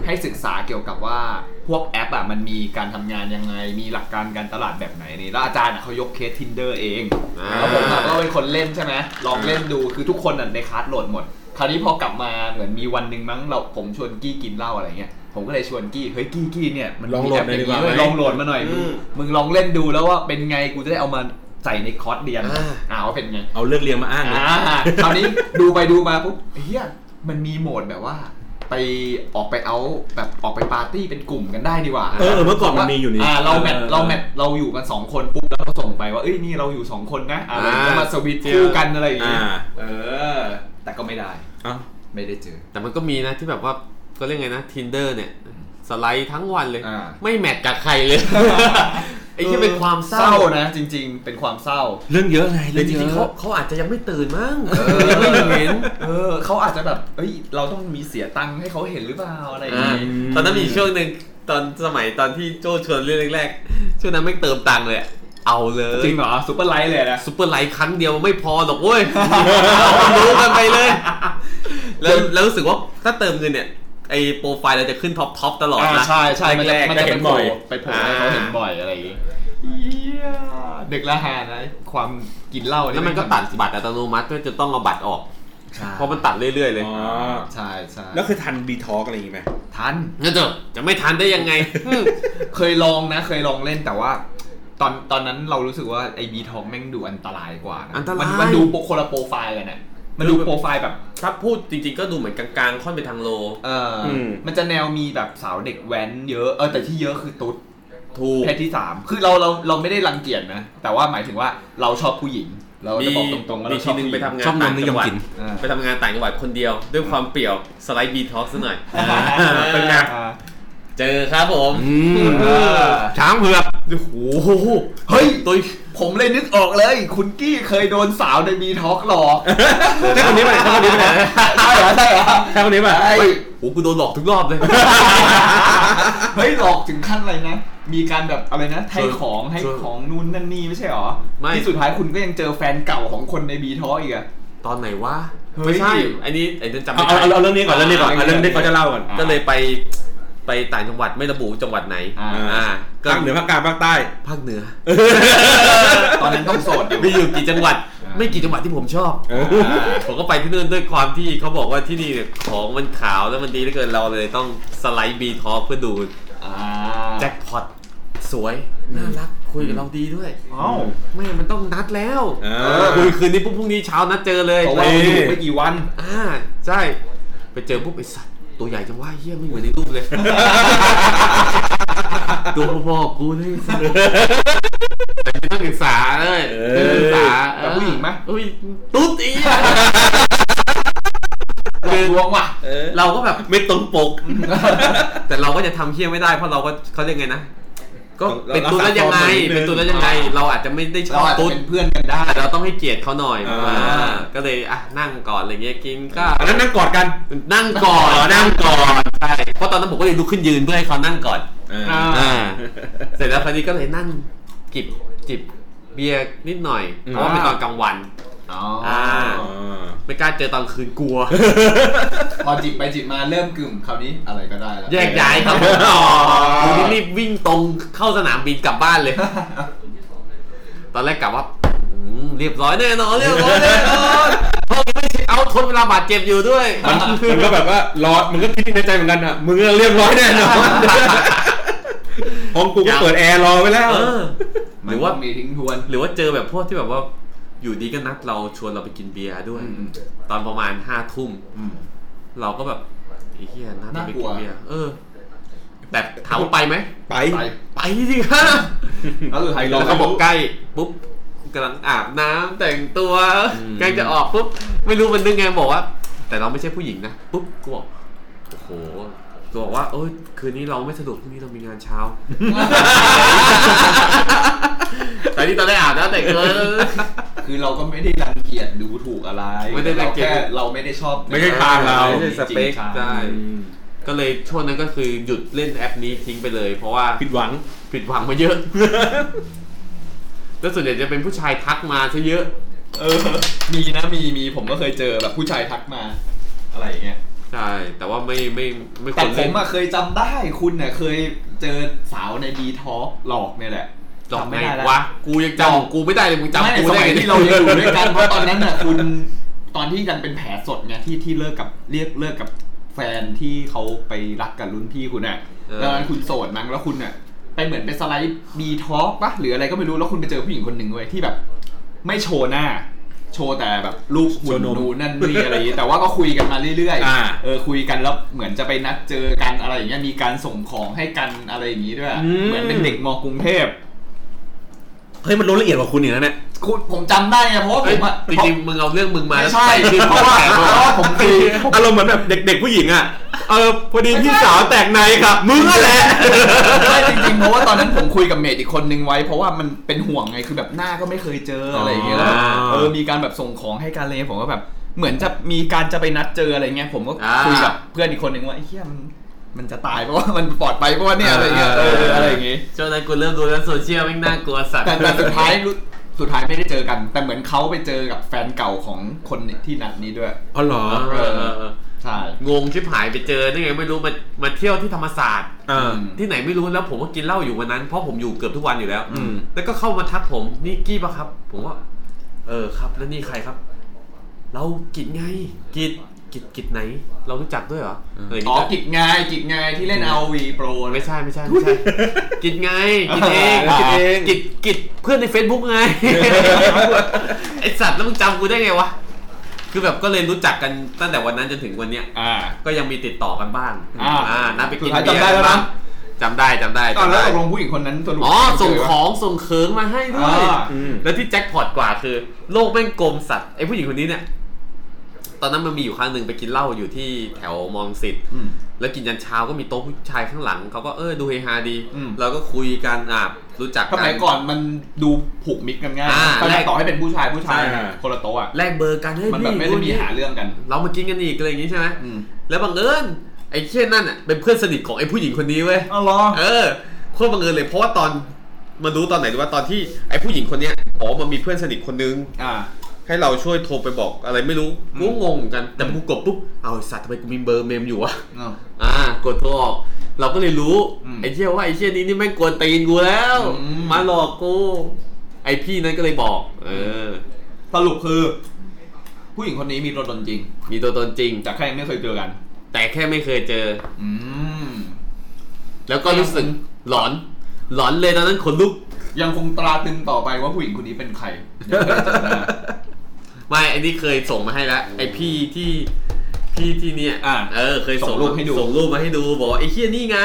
[SPEAKER 2] ให้ศึกษาเกี่ยวกับว่าพวกแอปอ่ะมันมีการทำงานยังไง มีหลักการการตลาดแบบไหนนี่แล้วอาจารย์อะเขายกเคส tinder เองแล้วผมอะก็เป็นคนเล่นใช่ไหมลองเล่นดูคือทุกคนอะในคลาสโหลดหมด คราวนี้พอกลับมาเหมือนมีวันหนึ่งมั้งเราผมชวนกี้กินเหล้าอะไรเงี้ยผมก็เลยชวนกี้เฮ้ยกี้กี้เนี่ยมัน
[SPEAKER 3] ลอง
[SPEAKER 2] มี
[SPEAKER 3] โหลดห
[SPEAKER 2] แป
[SPEAKER 3] น่อยดีกว่า
[SPEAKER 2] เว้ย
[SPEAKER 3] ไหม
[SPEAKER 2] ลองโหลดมาหน่อยมึง
[SPEAKER 4] อืม
[SPEAKER 2] มึงลองเล่นดูแล้วว่าเป็นไงกูจะได้เอามาใส่ในคอร์สเรียน
[SPEAKER 4] อ่า
[SPEAKER 2] อ่าว่าเป็นไง
[SPEAKER 3] เอาเรื่องเรียงมาอ้าง เลย
[SPEAKER 2] อ่าคราวนี้ ดูไปดูมาปุ๊บเฮียมันมีโหมดแบบว่า ไปออกไปเอาแบบออกไปปาร์ตี้เป็นกลุ่มกันได้ดีกว่า
[SPEAKER 3] เออเออเมื่อก่อนมันมีอยู่นี่
[SPEAKER 2] าเราแมท
[SPEAKER 3] เออเออ
[SPEAKER 2] เราแมทเราอยู่กันสองคนปุ๊บแล้วเราส่งไปว่าเอ้ยนี่เราอยู่สองคนนะอ่า
[SPEAKER 4] อ่า
[SPEAKER 2] เรามาสวิตช์คู่กันอะไรอย่าง
[SPEAKER 3] อ่า
[SPEAKER 2] งี้เออ แต่ก็ไม่ได้
[SPEAKER 3] เอ้า
[SPEAKER 2] ไม่ได้เจอ
[SPEAKER 4] แต่มันก็มีนะที่แบบว่าก็เรียกไงนะ tinder เนี่ย สไลด์ทั้งวันเลย
[SPEAKER 2] อ่า
[SPEAKER 4] ไม่แมทกับใครเลย ไอ้ที่เป็นความเศร้า
[SPEAKER 2] นะ จริง ๆ เป็นความเศร้า
[SPEAKER 3] เรื่องเยอะไง
[SPEAKER 4] หรือจริงๆเขา
[SPEAKER 3] อะ
[SPEAKER 4] เขาอาจจะยังไม่ตื่นมั้ง
[SPEAKER 2] เออ
[SPEAKER 4] ไม่เห็น
[SPEAKER 2] เออเขาอาจจะแบบเอ้ยเราต้องมีเสียตังค์ให้เขาเห็นหรือเปล่าอะไรอย่าง
[SPEAKER 4] อ่า
[SPEAKER 2] งี้
[SPEAKER 4] ตอนนั้นมีช่วงหนึ่งตอนสมัยตอนที่โจชวนเรื่องแรกๆช่วงนั้นไม่เติมตังค์เลยอะเอาเลย
[SPEAKER 2] จริงเหรอซูเปอร์ไลท์เลยนะ
[SPEAKER 4] ซูเปอร์ไลท์ครั้งเดียวไม่พอหรอกเว้ย เอามันรู้กันไปเลย แล้วแล้วรู้สึกว่าถ้าเติมเงินเนี่ย ไอโปรไฟล์เราจะขึ้นท็อปท็อปตลอดนะ
[SPEAKER 2] อ่าใช่ใช่มันจะ
[SPEAKER 4] แรกๆ
[SPEAKER 2] มันจะ
[SPEAKER 4] จะเห็
[SPEAKER 2] เห็
[SPEAKER 4] นบ่อ
[SPEAKER 2] นบ่อย ยไปโผล่ให้เขา
[SPEAKER 4] อ่า
[SPEAKER 2] เห็นบ่อยอะไรอย่างงี้เด็กละหานะความกินเหล้า
[SPEAKER 4] แล้วมันก็ตัดบัตรอัตโนมัติด้วยจะต้องเอาบัตรออก
[SPEAKER 2] ใช่
[SPEAKER 4] เพราะมันตัดเรื่อยๆเลย
[SPEAKER 3] อ๋อ
[SPEAKER 2] ใช่ใช่
[SPEAKER 3] แล้วเคยทันบีทอกอะไรอย่างงี้ไหม
[SPEAKER 2] ทัน
[SPEAKER 4] งั้นเถอะจะไม่ทันได้ยังไง
[SPEAKER 2] เคยลองนะ เคยลองเล่นแต่ว่า ตอนตอนนั้นเรารู้สึกว่าไอ้บีทองแม่งดูอันตรายกว่าะ
[SPEAKER 4] อันตราย
[SPEAKER 2] มันมันดูโปรคนละโปรไฟล์กันน่ะมันดูโปรไฟล์แบบ
[SPEAKER 4] ถ้าพูดจริงๆก็ดูเหมือนกลางๆ ค่อนไปทางโล
[SPEAKER 2] เอออ
[SPEAKER 3] ม
[SPEAKER 2] มันจะแนวมีแบบสาวเด็กแว้นเยอะเออแต่ที่เยอะคือตุ๊ด
[SPEAKER 4] ถูก
[SPEAKER 2] เพศที่สามคือเราเราเราไม่ได้รังเกียจนะ แต่ว่าหมายถึงว่าเราชอบผู้หญิง เราจะบอกตรงๆว่า
[SPEAKER 4] มี
[SPEAKER 2] เราช
[SPEAKER 4] ที
[SPEAKER 2] อบ
[SPEAKER 4] นึง
[SPEAKER 2] ผู้ห
[SPEAKER 4] ไป
[SPEAKER 2] ญิง
[SPEAKER 4] ทำงาน
[SPEAKER 3] ชอบนม
[SPEAKER 4] ต่าง
[SPEAKER 3] นิย
[SPEAKER 4] จั
[SPEAKER 3] ม
[SPEAKER 4] งหวัด
[SPEAKER 3] กิน
[SPEAKER 2] อ่า
[SPEAKER 4] ไปทำงานต่างจังหวัดคนเดียว ด้วยความเปรี่ยวสไลด์บีท็อกซ์ซะหน่อย
[SPEAKER 2] อ่า
[SPEAKER 3] เป็นไง
[SPEAKER 2] อ่า
[SPEAKER 4] เจอครับผม
[SPEAKER 2] เออ
[SPEAKER 3] ช้างเผือก
[SPEAKER 4] โอ้โห
[SPEAKER 2] เฮ้ย
[SPEAKER 4] ตัว
[SPEAKER 2] ผมเลยนึกออกเลย คุณกี้เคยโดนสาวในมีทอล์กหล อก
[SPEAKER 3] ใช่คนนี้ป่ะใช่คนนี้ป่ะ
[SPEAKER 2] ใช่เหรอใช่เหรอ
[SPEAKER 3] ใช่คนนี้ป่ะ
[SPEAKER 2] เฮ้ย
[SPEAKER 4] โอ้โหกูโดนหลอกทุกรอบ เลย
[SPEAKER 2] เฮ้ยหลอกถึงขั้นอะไรนะ มีการแบบอะไรนะให้ของให้
[SPEAKER 4] ชวน
[SPEAKER 2] ของนู่นนั่นนี่ไม่ใช่เหรอ
[SPEAKER 4] ไม่
[SPEAKER 2] ที่สุดท้ายคุณก็ยังเจอแฟนเก่าของคนในบีทอล์กอีกอะ
[SPEAKER 4] ตอนไหนวะ
[SPEAKER 2] เฮ้ย
[SPEAKER 4] ไม่ใช่ อันนี้ไอ้นั่นจำ
[SPEAKER 3] เอา
[SPEAKER 4] ไม่
[SPEAKER 3] เอา
[SPEAKER 4] ได้
[SPEAKER 3] เอาเอาเรื่องนี้ก่อนเรื่องนี้ก่อนเอาเรื่องนี้เขาจะเล่าก่อน
[SPEAKER 4] ก็เลยไปไปต่างจังหวัดไม่ระบุจังหวัดไหน
[SPEAKER 2] อ่า
[SPEAKER 4] อ่าก็
[SPEAKER 3] ภาคเหนือภาคกลางภาคใต้
[SPEAKER 4] ภาคเหนือ
[SPEAKER 2] ตอนนั้นต้องโสดอยู่
[SPEAKER 4] มีอยู่กี่จังหวัด
[SPEAKER 2] อ่า
[SPEAKER 4] ไม่กี่จังหวัดที่ผมชอบ
[SPEAKER 3] เออ
[SPEAKER 4] ผมก็ไปที่นู่นด้วยความที่เขาบอกว่าที่นี่เนี่ยของมันขาวแล้วมันดีเหลือเกินเราเลยต้องสไลด์บีทอเพื่อดู
[SPEAKER 2] อ่า
[SPEAKER 4] แจ็คพอตสวยน่ารักคุยกับเราดีด้วย
[SPEAKER 2] อ้าว
[SPEAKER 4] ไม่มันต้องนัดแล้ว
[SPEAKER 3] เออ
[SPEAKER 4] คุยคืนนี้ปุ๊บพรุ่งนี้เช้านัดเจอเลย
[SPEAKER 2] เพราะว่า
[SPEAKER 3] เอ้ย
[SPEAKER 2] อยู่ไม่กี่วัน
[SPEAKER 4] อ่าใช่ ไปเจอปุ๊บไอสัตว์ตัวใหญ่จังว่าเฮี้ยไม่เหมือนในรูป เลย ตัวพ่อๆกูเลยไอ้สัตว์แต่เป็นนักศึกษาเลยเป็นนักศึกษา
[SPEAKER 2] แต่ผู้หญิงไหม
[SPEAKER 4] เอ้ยตุ๊ดอี
[SPEAKER 2] หลอกลวงว่ะ
[SPEAKER 3] เออ
[SPEAKER 4] เราก็แบบ
[SPEAKER 3] ไม่ตรงปก
[SPEAKER 4] แต่เราก็จะทำเฮี้ยไม่ได้เพราะเราก็เขาเรียกไงนะก็
[SPEAKER 3] เรา
[SPEAKER 4] เป็นตุ๊ดแล้วยังไง
[SPEAKER 3] เราสะสมนิดนึง
[SPEAKER 4] เป็นตุ๊ดแล้วยังไง เราอาจจะไม่ได้ช
[SPEAKER 2] เรา
[SPEAKER 4] อบ
[SPEAKER 2] อาจจะ
[SPEAKER 4] ตุ๊ด
[SPEAKER 2] เป็นเพื่อนกันได้
[SPEAKER 4] แต่เราต้องให้เกียรติเขาหน่อย
[SPEAKER 3] อ่า
[SPEAKER 4] อ่าก็เลยอ่ะนั่งก่อนอะไรเงี้ยกินก็
[SPEAKER 3] อันนั้นนั่งกอดกัน
[SPEAKER 4] นั่งก่อน
[SPEAKER 3] อ๋อนั่งก่อน
[SPEAKER 4] ใช่เพราะตอนนั้นผมก็เลยลุกขึ้นยืนเพื่อให้เขานั่งก่อน
[SPEAKER 3] เออ
[SPEAKER 2] อ่า
[SPEAKER 4] อ่าเสร็จแล้วคราวนี้ก็เลยนั่งจิบจิบ เบียร์นิดหน่อย
[SPEAKER 3] อืม
[SPEAKER 4] เพราะว่าเป็นตอนกลางวัน
[SPEAKER 2] อ๋อ
[SPEAKER 4] อ่า
[SPEAKER 3] อ่า
[SPEAKER 4] ไม่กล้าเจอตอนคืนกลัว
[SPEAKER 2] พอจิบไปจิบมาเริ่มกลุ่มคราวนี้อะไรก็ได้แล้ว
[SPEAKER 4] แยกย้ายครับอ๋อวันนี้รีบวิ่งตรงเข้าสนามบินกลับบ้านเลย ตอนแรกกลับว่าอืมเรียบร้อยแน่นอนเรียบร้อยแน่นอนเพราะไม่เอาทนเวลาบาดเจ็บอยู่ด้วย
[SPEAKER 3] มันมันก็แบบว่ารอมันก็คิดในใจเหมือนกันอ่ะมึงอะเรียบร้อยแน่นอน ห้องกูก็เปิดแอร์รอไว้แล้ว
[SPEAKER 4] เออห
[SPEAKER 2] มัน
[SPEAKER 4] รือว่า
[SPEAKER 2] ต้องมีทิ้งทวน
[SPEAKER 4] หรือว่าเจอแบบพวกที่แบบว่าอยู่ดีก็นัดเราชวนเราไปกินเบียร์ด้วย
[SPEAKER 2] อืม
[SPEAKER 4] ตอนประมาณห้าทุ่ม
[SPEAKER 2] อืม
[SPEAKER 4] เราก็แบบไอ้เหี้ยนัดเราไป
[SPEAKER 2] น่ากลั
[SPEAKER 4] กิ
[SPEAKER 2] ว
[SPEAKER 4] นเบียร์เออ แต่ถามว่าไปไหม
[SPEAKER 3] ไป
[SPEAKER 2] ไป
[SPEAKER 4] ไปสิครับ
[SPEAKER 2] แล้วสุดท้าย
[SPEAKER 4] เรา
[SPEAKER 2] เรา
[SPEAKER 4] ก็
[SPEAKER 2] ก็
[SPEAKER 4] บบ อ
[SPEAKER 2] อก ก
[SPEAKER 4] ใกล้ปุ๊บกำลังอาบน้ำแต่งตัว
[SPEAKER 3] อืม
[SPEAKER 4] ใกล้จะออกปุ๊บไม่รู้มันนึกไงบอกว่า แต่เราไม่ใช่ผู้หญิงนะปุ๊บกูบอกโอ้โหกูบอกว่าเอ้ยคืนนี้เราไม่สะดวกพรุ่งนี้เรามีงานเช้า แต่นี่ตอนได้อาบน้ำแต่งตัว
[SPEAKER 2] คือเราก็ไม่ได้รังเกียจดูถูกอะไร
[SPEAKER 4] ไม่ได้รังเกียจ
[SPEAKER 2] าแค่เราไม่ได้ชอบ
[SPEAKER 3] ไม่ใช่ทางเรา
[SPEAKER 4] ไม่ใช่สเปค
[SPEAKER 2] จริงๆ
[SPEAKER 4] ใช่
[SPEAKER 2] ทาง
[SPEAKER 4] ก็เลยช่วงนั้นก็คือหยุดเล่นแอปนี้ทิ้งไปเลย เพราะว่า
[SPEAKER 3] ผิดหวัง
[SPEAKER 4] ผิดหวังมาเยอะ แล้วส่วนใหญ่จะเป็นผู้ชายทักมาซะเยอะ
[SPEAKER 2] เออ มีนะมีมีผมก็เคยเจอแบบผู้ชายทักมา อะไรอย่างเงี้ย
[SPEAKER 4] ใช่แต่ว่าไม่ไม่ไม่ค
[SPEAKER 2] แต่
[SPEAKER 4] วร
[SPEAKER 2] ผ
[SPEAKER 4] เล่
[SPEAKER 2] ม
[SPEAKER 4] น
[SPEAKER 2] อะเคยจำได้คุณเนี่ยเคยเจอสาวในดีท็อกหลอกเนี่ยแหละ
[SPEAKER 4] หลอก
[SPEAKER 2] จำ
[SPEAKER 4] ไง
[SPEAKER 2] ม่ด้แล้ว
[SPEAKER 4] ะ กูยังจำของกูไม่ได้เลยมึงจำ
[SPEAKER 2] จำ
[SPEAKER 4] กู
[SPEAKER 2] ส
[SPEAKER 4] ได้
[SPEAKER 2] มัย
[SPEAKER 4] ไง
[SPEAKER 2] ที่เรายังอยู่ด้วยกันเพราะตอนนั้นน่ะคุณตอนที่ยังเป็นแผลสดเนี่ยที่ที่เลิกกับเรียกเลิกกับแฟนที่เขาไปรักกับรุ่นพี่คุณอ่ะแล้วนั้นคุณโสดมั้งแล้วคุณอ่ะไปเหมือนไปสไลด์ดีท็อกปะหรืออะไรก็ไม่รู้แล้วคุณไปเจอผู้หญิงคนหนึ่งเว้ยที่แบบ ไม่โชว์หน้า โชว์แต่แบบลูกหุ่น
[SPEAKER 3] โชว์นม
[SPEAKER 2] นูนนั่นนี่อะไรอย่างงี้แต่ว่าก็คุยกันมาเรื่อย
[SPEAKER 3] อ่า
[SPEAKER 2] ๆ เออคุยกันแล้วเหมือนจะไปนัดเจอกันอะไรอย่างเงี้ยมีการส่งของให้กันอะไรอย่างงี้ด้วย
[SPEAKER 3] อืม
[SPEAKER 2] เหมือนเป็นเด็กมกรุงเทพ
[SPEAKER 3] เฮ้ยมันลดละเอียดกว่าคุณอีกนะเนี่ย
[SPEAKER 2] คุณผมจำได้ไงเพราะว่าผ
[SPEAKER 4] เอ้ย
[SPEAKER 2] มอะ
[SPEAKER 4] จริงๆมึงเอาเรื่องมึงมา
[SPEAKER 2] ไม่
[SPEAKER 4] แล้ว
[SPEAKER 2] ใช่เพราะว่าเพราะว่าผมคือ
[SPEAKER 3] อารมณ์เหมือนแบบเด็กๆผู้หญิงอ่ะ เออพอดีพี่สาวแตกในครับ มึงนั่นแหละ
[SPEAKER 2] ไม่จริงๆเพราะว่าตอนนั้นผมคุยกับเมดอีกคนนึงไว้ เพราะว่ามันเป็นห่วงไงคือแบบหน้าก็ไม่เคยเจออะไรอย่างเงี้ยแล้วแบบ
[SPEAKER 3] อ๋อ
[SPEAKER 2] เออมีการแบบส่งของให้กันอะไรเงี้ยผมก็แบบเหมือนจะมีการจะไปนัดเจออะไรเงี้ยผมก็คุยกับเพื่อนอีกคนนึงว่าไอ้เหี้ยมันมันจะตายเพราะว่า มันปลอดไปเพราะว่าเนี่ยอะไรเงี้ยเอออะไรอย่างงี้
[SPEAKER 4] ช่วงนั้นกูเริ่มดูแล้วโซเชียลแม่งน่ากลัวสัตว์
[SPEAKER 2] แต่แต่สุดท้ายรู้สุดท้ายไม่ได้เจอกัน แต่เหมือนเขาไปเจอกับแฟนเก่าของคนที่นัดนี้ด้วย
[SPEAKER 3] อ๋อเหรอ
[SPEAKER 4] เออเออเออเออ
[SPEAKER 2] ใช่
[SPEAKER 4] งงชิบหายไปเจอได้ไงไม่รู้มามาเที่ยวที่ธรรมศาสตร์
[SPEAKER 3] อ่า
[SPEAKER 4] ที่ไหนไม่รู้แล้วผมก็กินเหล้าอยู่วันนั้น เพราะผมอยู่เกือบทุกวันอยู่แล้ว
[SPEAKER 3] อืม
[SPEAKER 4] แล้วก็เข้ามาทักผมนี่กี้ปะครับ ผมว่า เออครับ แล้วนี่ใครครับ เรากิจไงกิจกิจกิจไหน เรารู้จักด้วยเหรออะไรอย่าง
[SPEAKER 2] อ๋อ
[SPEAKER 4] งี้ก็
[SPEAKER 2] กิจงายกิจงายที่เล่น RV Pro
[SPEAKER 4] ไม่ใช่ไม่ใช่ไม่ใช่ กิดไง กิดเอง
[SPEAKER 3] อ่ากิดเอง
[SPEAKER 4] กิดกิดเพื่อนใน Facebook ไง ไอสัตว์แล้วมึงจำกูได้ไงวะ คือแบบก็เลยรู้จักกันตั้งแต่วันนั้นจนถึงวันเนี้ย
[SPEAKER 2] อ่า
[SPEAKER 4] ก็ยังมีติดต่อกันบ้าง
[SPEAKER 2] อ่า
[SPEAKER 4] นัดไปกิน
[SPEAKER 2] สุดท้าย
[SPEAKER 4] เบีย
[SPEAKER 2] จำได้
[SPEAKER 4] ร์
[SPEAKER 2] แล้วนะ
[SPEAKER 4] บ้างจำได้จำได้
[SPEAKER 2] ตอ
[SPEAKER 4] จำ
[SPEAKER 2] นนั้น
[SPEAKER 4] ได้
[SPEAKER 2] ตกลงผู้หญิงคนนั้นสรุป
[SPEAKER 4] อ๋อส่ง
[SPEAKER 2] เจวะ
[SPEAKER 4] ของส่งเขิงมาให้ด้วย
[SPEAKER 2] อ่า
[SPEAKER 3] อืม
[SPEAKER 4] แล้วที่แจ็คพอตกว่าคือ โลกแม่งกลมสัตว์ไอผู้หญิงคนนี้เนี่ย ตอนนั้นมันมีอยู่ครั้งหนึ่งไปกินเหล้าอยู่ที่แถวมองสิทธิ
[SPEAKER 2] อืม
[SPEAKER 4] แล้วกินยันเช้าก็มีโต๊ะผู้ชายข้างหลังเขาก็เออดูเฮฮาดี
[SPEAKER 2] อืม
[SPEAKER 4] เราก็คุยกันอ่ะรู้จัก
[SPEAKER 2] ส
[SPEAKER 4] กั
[SPEAKER 2] มัยก่อนมันดูผูกมิตรกันง่าย
[SPEAKER 4] อ่า
[SPEAKER 2] ตอนนั้
[SPEAKER 4] แร
[SPEAKER 2] น
[SPEAKER 4] ก
[SPEAKER 2] ต่อให้เป็นผู้ชายผู้ชาย
[SPEAKER 3] ใช่
[SPEAKER 2] คนละโต๊ะอะ
[SPEAKER 4] แลกเบอร์กันเฮ้ย
[SPEAKER 2] มันแบบ
[SPEAKER 4] พี่
[SPEAKER 2] ไม่ได้
[SPEAKER 4] คน
[SPEAKER 2] มี
[SPEAKER 4] นี้
[SPEAKER 2] หาเรื่องกัน
[SPEAKER 4] เรามากินกันอีกอะไรอย่างงี้ใช่ไหม
[SPEAKER 2] อืม
[SPEAKER 4] แล้วบังเอิญไอ้เช่นนั่นอ่ะเป็นเพื่อนสนิทของไอ้ผู้หญิงคนนี้เว้ย
[SPEAKER 2] อ๋อเหรอ
[SPEAKER 4] เออโคตรบังเอิญเลยเพราะว่าตอนมารู้ตอนไหนรู้ว่าตอนที่ไอ้ผู้หญิงคนเนี้ยอ๋อมันมีเพื่อนสนิทคนนึง
[SPEAKER 2] อ่า
[SPEAKER 4] ให้เราช่วยโทรไปบอกอะไรไม่รู้กูก็งงเหมือนกันแต่กูกดปุ๊บเอาไอ้สัตว์ทำไมกูมีเบอร์เมมอยู่วะ อ่ากดตัวออก เราก็เลยรู้
[SPEAKER 2] อืม
[SPEAKER 4] ไอ้เชี่ยว่าไอ้เชี่ยนี้นี่แม่งกวนตีนกูแล้ว
[SPEAKER 2] อืม
[SPEAKER 4] มาหลอกกู ไอ้พี่นั้นก็เลยบอก เออ
[SPEAKER 2] สรุปคือ ผู้หญิงคนนี้มีตัวตนจริง
[SPEAKER 4] มีตัวตนจริง
[SPEAKER 2] แต่แค่ยังไม่เคยเจอกัน
[SPEAKER 4] แต่แค่ไม่เคยเจอ
[SPEAKER 2] อืม
[SPEAKER 4] แล้วก็รู้สึกหลอน หลอนเลยตอนนั้นขนลุก
[SPEAKER 2] ยังคงตราตรึงต่อไปว่าผู้หญิงคนนี้เป็น ใครเดี๋ยวเราจะเจอหน้า
[SPEAKER 4] ไม่ไอ้นี่เคยส่งมาให้แล้ว ไอ้พี่ที่พี่ที่เนี่ย
[SPEAKER 2] อ่า
[SPEAKER 4] เออ เคย
[SPEAKER 2] ส่งรูปให้ดู
[SPEAKER 4] ส่งรูปมาให้ดูบอกว่าไอ้เชี่ยนี่ไง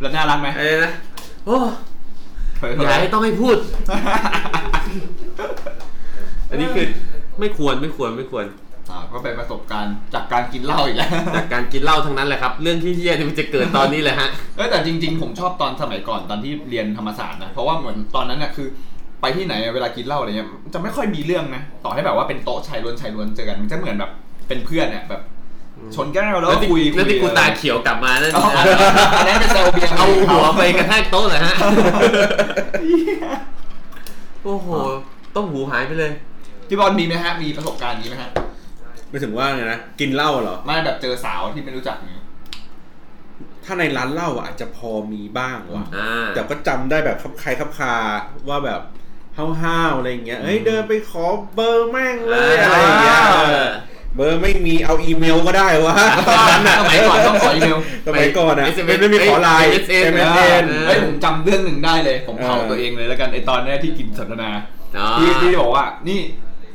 [SPEAKER 2] แล้วน่ารักไหม
[SPEAKER 4] อะไรนะโอ้
[SPEAKER 2] เผยเผ
[SPEAKER 4] อย ย่าให้ต้องให้พูด อันนี้คือไม่ควรไม่ควรไม่ควร
[SPEAKER 2] อ่าก็เป็นประสบการณ์จากการกินเหล้าอีกแล้ว
[SPEAKER 4] จากการกินเหล้าทั้งนั้นแหละครับ เรื่องที่เยี่ยนี่มันจะเกิดตอนนี้เลยฮะ
[SPEAKER 2] เออแต่จริง ๆ ผมชอบตอนสมัยก่อนตอนที่เรียนธรรมศาสตร์นะ เพราะว่าเหมือนตอนนั้นน่ะคือ ไปที่ไหนเวลากินเหล้าอะไรเงี้ยจะไม่ค่อยมีเรื่องนะ ต่อให้แบบว่าเป็นโต๊ะชายล้วนชายล้วนเจอกันมันจะเหมือนแบบเป็นเพื่อนเนี่ยแบบ ชนแก้วแล้ว
[SPEAKER 4] แล้ว
[SPEAKER 2] ก็
[SPEAKER 4] ที่
[SPEAKER 2] คุย
[SPEAKER 4] แล้วที่กู
[SPEAKER 2] คุย
[SPEAKER 4] ตาเขียวกลับมานั่น
[SPEAKER 2] เอาอันนั้นเป็นแซวเบียร์
[SPEAKER 4] เอาหัวไปกระแทกโต๊ะเหรอฮะ โอ้โห ต้องหูหายไปเลย
[SPEAKER 2] พี่บอลมีไหมฮะ มีประสบการณ์นี้ไหมฮะ
[SPEAKER 3] ไม่ถึงว่าไงนะกินเหล้าเหรอ
[SPEAKER 2] ไม่แบบเจอสาวที่ไม่รู้จักนี้
[SPEAKER 3] ถ้าในร้านเหล้าอะอาจจะพอมีบ้างว่ะ
[SPEAKER 4] อ่า
[SPEAKER 3] แต่ก็จำได้แบบคับใครคับคาว่าแบบห้าวๆอะไรอย่างเงี้ยเอ้ยเดินไปขอเบอร์แม่งเลย
[SPEAKER 4] อ่า
[SPEAKER 3] อะไรอย่างเงี้ยเออเบอร์ไม่มีเอาอีเมลก็ได้วะตอนนั้นอะ
[SPEAKER 2] สมัยก่อนต้องขออีเมล
[SPEAKER 3] สมัยก่อนอะ
[SPEAKER 4] SMS
[SPEAKER 3] ไม่มีขอไลน์
[SPEAKER 4] MSN
[SPEAKER 2] เอ
[SPEAKER 3] MSN
[SPEAKER 2] อเฮ้ยผมจำเรื่องหนึ่งได้เลย ผมเผา
[SPEAKER 3] เออ
[SPEAKER 2] ตัวเองเลยแล้วกันไอตอนแรกที่กินสนทนา
[SPEAKER 4] อ่า
[SPEAKER 2] ที่ที่บอกว่า นี่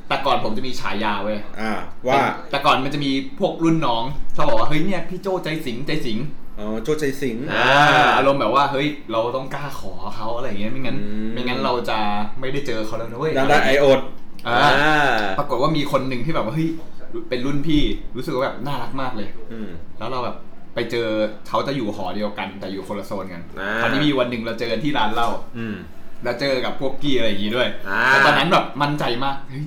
[SPEAKER 2] แต่ก่อนผมจะมีฉายาเว้ย
[SPEAKER 3] อ่าว่า
[SPEAKER 2] แต่ก่อนมันจะมีพวกรุ่นน้องเขาบอกว่าเฮ้ยเนี่ยพี่โจใจสิงใจสิง
[SPEAKER 3] อ๋อโจใจสิงห์
[SPEAKER 2] อ่าอารมณ์แบบว่าเฮ้ยเราต้องกล้าขอเขาอะไรอย่างเงี้ยไม่งั้น
[SPEAKER 3] อืม
[SPEAKER 2] ไม่งั้นเราจะไม่ได้เจอเขาแล้วนะเว้ย
[SPEAKER 3] ดังได้ไอโอด
[SPEAKER 2] อ่า
[SPEAKER 4] อ่า
[SPEAKER 2] ปรากฏว่ามีคนหนึ่งที่แบบว่าเฮ้ยเป็นรุ่นพี่รู้สึกว่าแบบน่ารักมากเลย แล้วเราแบบไปเจอเขาจะอยู่หอเดียวกัน แต่อยู่คนละโซนกัน
[SPEAKER 4] อ่า
[SPEAKER 2] คราวนี้มีวันหนึ่งเราเจอกันที่ร้านเหล้าแล้วเจอกับพวกกี้อะไรอย่างงี้ด้วย
[SPEAKER 4] อ่า
[SPEAKER 2] แต่ตอนนั้นแบบมั่นใจมากเฮ้ย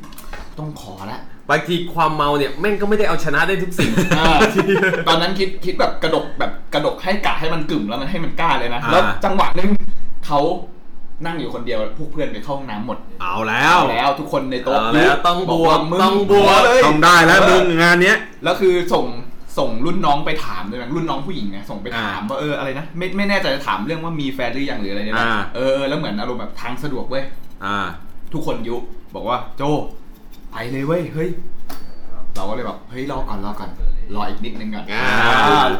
[SPEAKER 2] ต้องขอละ
[SPEAKER 4] บางทีความเมาเนี่ยแม่งก็ไม่ได้เอาชนะได้ทุกสิ่ง
[SPEAKER 2] อ่าตอนนั้นคิดคิดแบบกระดกแบบกระดกให้กะให้มันกึ่มแล้วมันให้มันกล้าเลยนะ
[SPEAKER 4] อ่า
[SPEAKER 2] แล้วจังหวะหนึงเขานั่งอยู่คนเดียวพวกเพื่อนไปเข้าห้องน้ำหมด
[SPEAKER 3] เอาแล้ว
[SPEAKER 2] แล้วทุกคนในโต๊ะ
[SPEAKER 4] เอาแล้วต้องบวก
[SPEAKER 2] ามึ
[SPEAKER 4] ต้องบวก
[SPEAKER 2] ขเลย
[SPEAKER 3] ต้องได้แล้วมึงงานเนี้ย
[SPEAKER 2] แล้วคือส่งส่งรุ่นน้องไปถามด้วยนะรุ่นน้องผู้หญิงไงส่งไปถาม
[SPEAKER 3] อ่า
[SPEAKER 2] ว่าเอออะไรนะไม่ไม่แน่ใจจะถามเรื่องว่ามีแฟนหรือยังหรืออะไรเนี่ยนะ
[SPEAKER 3] อ่า
[SPEAKER 2] เออแล้วเหมือนอารมณ์แบบทางสะดวกเว้ย
[SPEAKER 3] อ่า
[SPEAKER 2] ทุกคนยุ บอกว่าโจไปเลยเว้ยเฮ้ยเราก็เลยแบบเฮ้ยรอก่อนรอก่อนรออีกนิดนึงก่อน
[SPEAKER 4] อ่า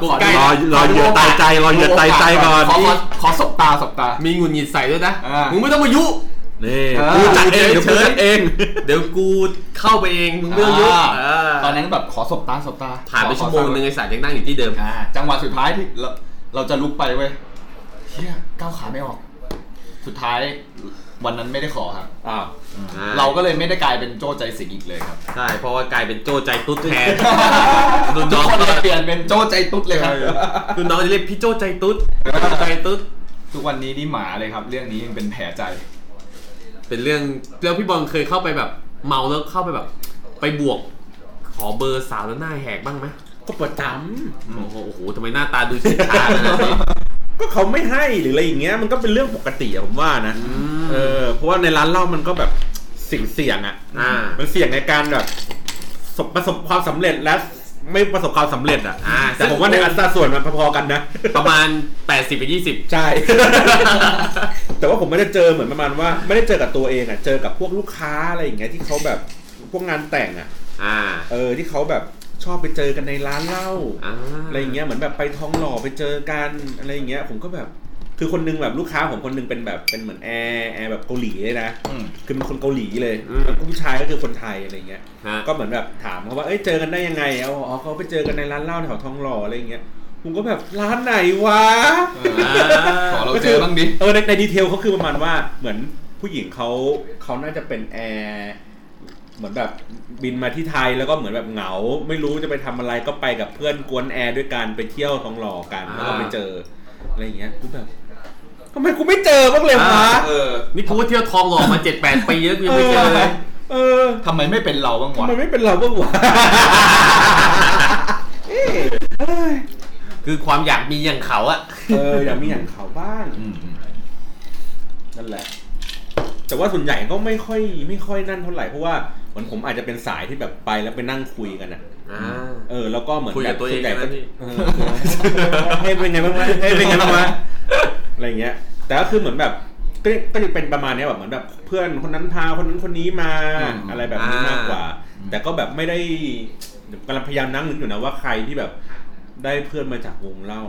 [SPEAKER 2] ข
[SPEAKER 4] ใกล้
[SPEAKER 3] รอรอเหยื่อตายใจรอเหยื่อตายใจก่อน
[SPEAKER 2] ขขขอสบตาสบตา
[SPEAKER 4] มีหงุดหงิดใส่ด้วยนะ
[SPEAKER 2] อ่ามึ
[SPEAKER 4] มึงไม่ต้องมายุ
[SPEAKER 3] นี่
[SPEAKER 2] เออ
[SPEAKER 3] กูจัดเองเดี๋ยวกูจัดเอง
[SPEAKER 4] เดี๋ยวกูเข้าไปเองมึงไม่ต้องยุ
[SPEAKER 2] อ่า
[SPEAKER 4] อ่า
[SPEAKER 2] ตอนนั้นแบบขอสบตาสบตา
[SPEAKER 4] ผ่านไป
[SPEAKER 2] ขอ
[SPEAKER 4] ชั่วโมง
[SPEAKER 2] ขอสบตา
[SPEAKER 4] นึงไอ้สารยังนั่งอยู่ที่เดิม
[SPEAKER 2] อ่าจังหวะสุดท้ายที่เราเราจะลุกไปเว้ยเฮียก้าวขาไม่ออก สุดท้ายวันนั้นไม่ได้ขอครับ
[SPEAKER 3] อ่า
[SPEAKER 4] อ่า
[SPEAKER 2] เราก็เลยไม่ได้กลายเป็นโจ้ใจสิงอีกเลยครับ
[SPEAKER 4] ใช่เพราะว่ากลายเป็นโจ้ใจตุ๊ดแทนรุ่น
[SPEAKER 2] ทุ
[SPEAKER 4] น้
[SPEAKER 2] ก
[SPEAKER 4] อง
[SPEAKER 2] คน
[SPEAKER 4] ก็
[SPEAKER 2] เลยเปลี่ยนเป็นโจ้ใจตุ๊ดเลยครับ
[SPEAKER 4] รุ่นน้องจะเรียกพี่โจ้ใจตุ๊ดโจ้ใจตุ๊ด
[SPEAKER 2] ทุกวันนี้นี่หมาเลยครับ เรื่องนี้ยังเป็นแผลใจ
[SPEAKER 4] เป็นเรื่องแล้วพี่บอลเคยเข้าไปแบบเมาแล้วเข้าไปแบบ ไปบวก ขอเบอร์สาวแล้วหน้าแหกบ้างไหม
[SPEAKER 3] ก็ประจ
[SPEAKER 4] โอ้โหโอ้โหทำไมหน้าตาดูชิดชาดนะสิ
[SPEAKER 3] ำก็เขาไม่ให้หรืออะไรอย่างเงี้ยมันก็เป็นเรื่องปกติอะผมว่านะ
[SPEAKER 4] ม
[SPEAKER 3] เออเพราะว่าในร้านเหล้ามันก็แบบเสี่ยงเสี่ยงๆอะ
[SPEAKER 4] อ่ามั
[SPEAKER 3] นเสี่ยงในการแบบสบประสบความสำเร็จและไม่ประสบความสำเร็จอะ
[SPEAKER 4] อ่า
[SPEAKER 3] แต่ผมว่าในอัตราส่วนมันพอๆกันนะ
[SPEAKER 4] ประมาณ 80ไป20
[SPEAKER 3] ใช่ แต่ว่าผมไม่ได้เจอเหมือนประมาณว่า ไม่ได้เจอกับตัวเองอะเจอกับพวกลูกค้าอะไรอย่างเงี้ยที่เขาแบบพวกงานแต่งอะ
[SPEAKER 4] อ่า
[SPEAKER 3] เออที่เขาแบบชอบไปเจอกันในร้านเหล้า
[SPEAKER 4] อ่า
[SPEAKER 3] อะไรอย่างเงี้ยเหมือนแบบไปท้องหล่อไปเจอกันอะไรอย่างเงี้ยผมก็แบบ คือคนนึงแบบลูกค้าผมคนนึงเป็นแบบเป็นเหมือนแอร์แอร์แบบเกาหลีเลยนะ
[SPEAKER 2] อืม
[SPEAKER 3] คือเป็นคนเกาหลีเลยแล้วผู้ชายก็คือคนไทยอะไรอย่างเงี้ย
[SPEAKER 4] ฮะ
[SPEAKER 3] ก็เหมือนแบบถามเขาว่าเอ้ยเจอกันได้ยังไงเอาอ๋อเขาไปเจอกันในร้านเหล้าแถวทองหล่ออะไรอย่างเงี้ยผมก็แบบร้านไหนวะ
[SPEAKER 4] อ่า
[SPEAKER 2] ขอเราเจอบ้างดิ
[SPEAKER 3] เออในในดีเทลเขาคือประมาณว่าเหมือนผู้หญิงเขาเขาน่าจะเป็นแอร์เหมือนแบบบินมาที่ไทยแล้วก็เหมือนแบบเหงา ไม่รู้จะไปทำอะไรก็ไปกับเพื่อนกวนแอร์ด้วยกันไปเที่ยวทองหล่อกันแล้วก็ไปเจออะไรอย่างเงี้ยกูแบบทำไมกูไม่เจอบ้างเลยวะ
[SPEAKER 2] เออ
[SPEAKER 4] นี่กูว่าเที่ยวทองหล่อมา 7-8 ปีแล้วกูยังไม่เจอเลย
[SPEAKER 3] เออ
[SPEAKER 2] ทำไมไม่เป็นเราบ้าง
[SPEAKER 3] ทำ
[SPEAKER 2] วะ
[SPEAKER 3] ไมไม่เป็นเราบ้างวะ
[SPEAKER 4] คือความอยากมีอย่างเขาอะ
[SPEAKER 3] เอออยากมีอย่างเขาบ้าง
[SPEAKER 2] อืมอืม
[SPEAKER 3] นั่นแหละ แต่ว่าส่วนใหญ่ก็ไม่ค่อยไม่ค่อยนั่นเท่าไหร่เพราะว่าเหมือนผมอาจจะเป็นสายที่แบบไปแล้วไปนั่งคุยกันอะ
[SPEAKER 4] อ่า
[SPEAKER 3] เออแล้วก็เหมือน
[SPEAKER 4] คุยกับตัวเอง
[SPEAKER 3] แส่นใหญ่ก็
[SPEAKER 4] นะพี่
[SPEAKER 3] เออ ให้เป็นไงบ้างวะให้เป็นไงบ้างวะอะไรอย่างเงี้ย แต่ก็คือเหมือนแบบก็ก็จะเป็นประมาณเนี้ยแบบเหมือนแบบเพื่อนคนนั้นพาคนนั้นคนนี้มาอะไรแบบนี้มากกว่า แต่ก็แบบไม่ได้กำลังพยายามนั่งนึกอยู่นะว่าใครที่แบบได้เพื่อนมาจากวงเล่า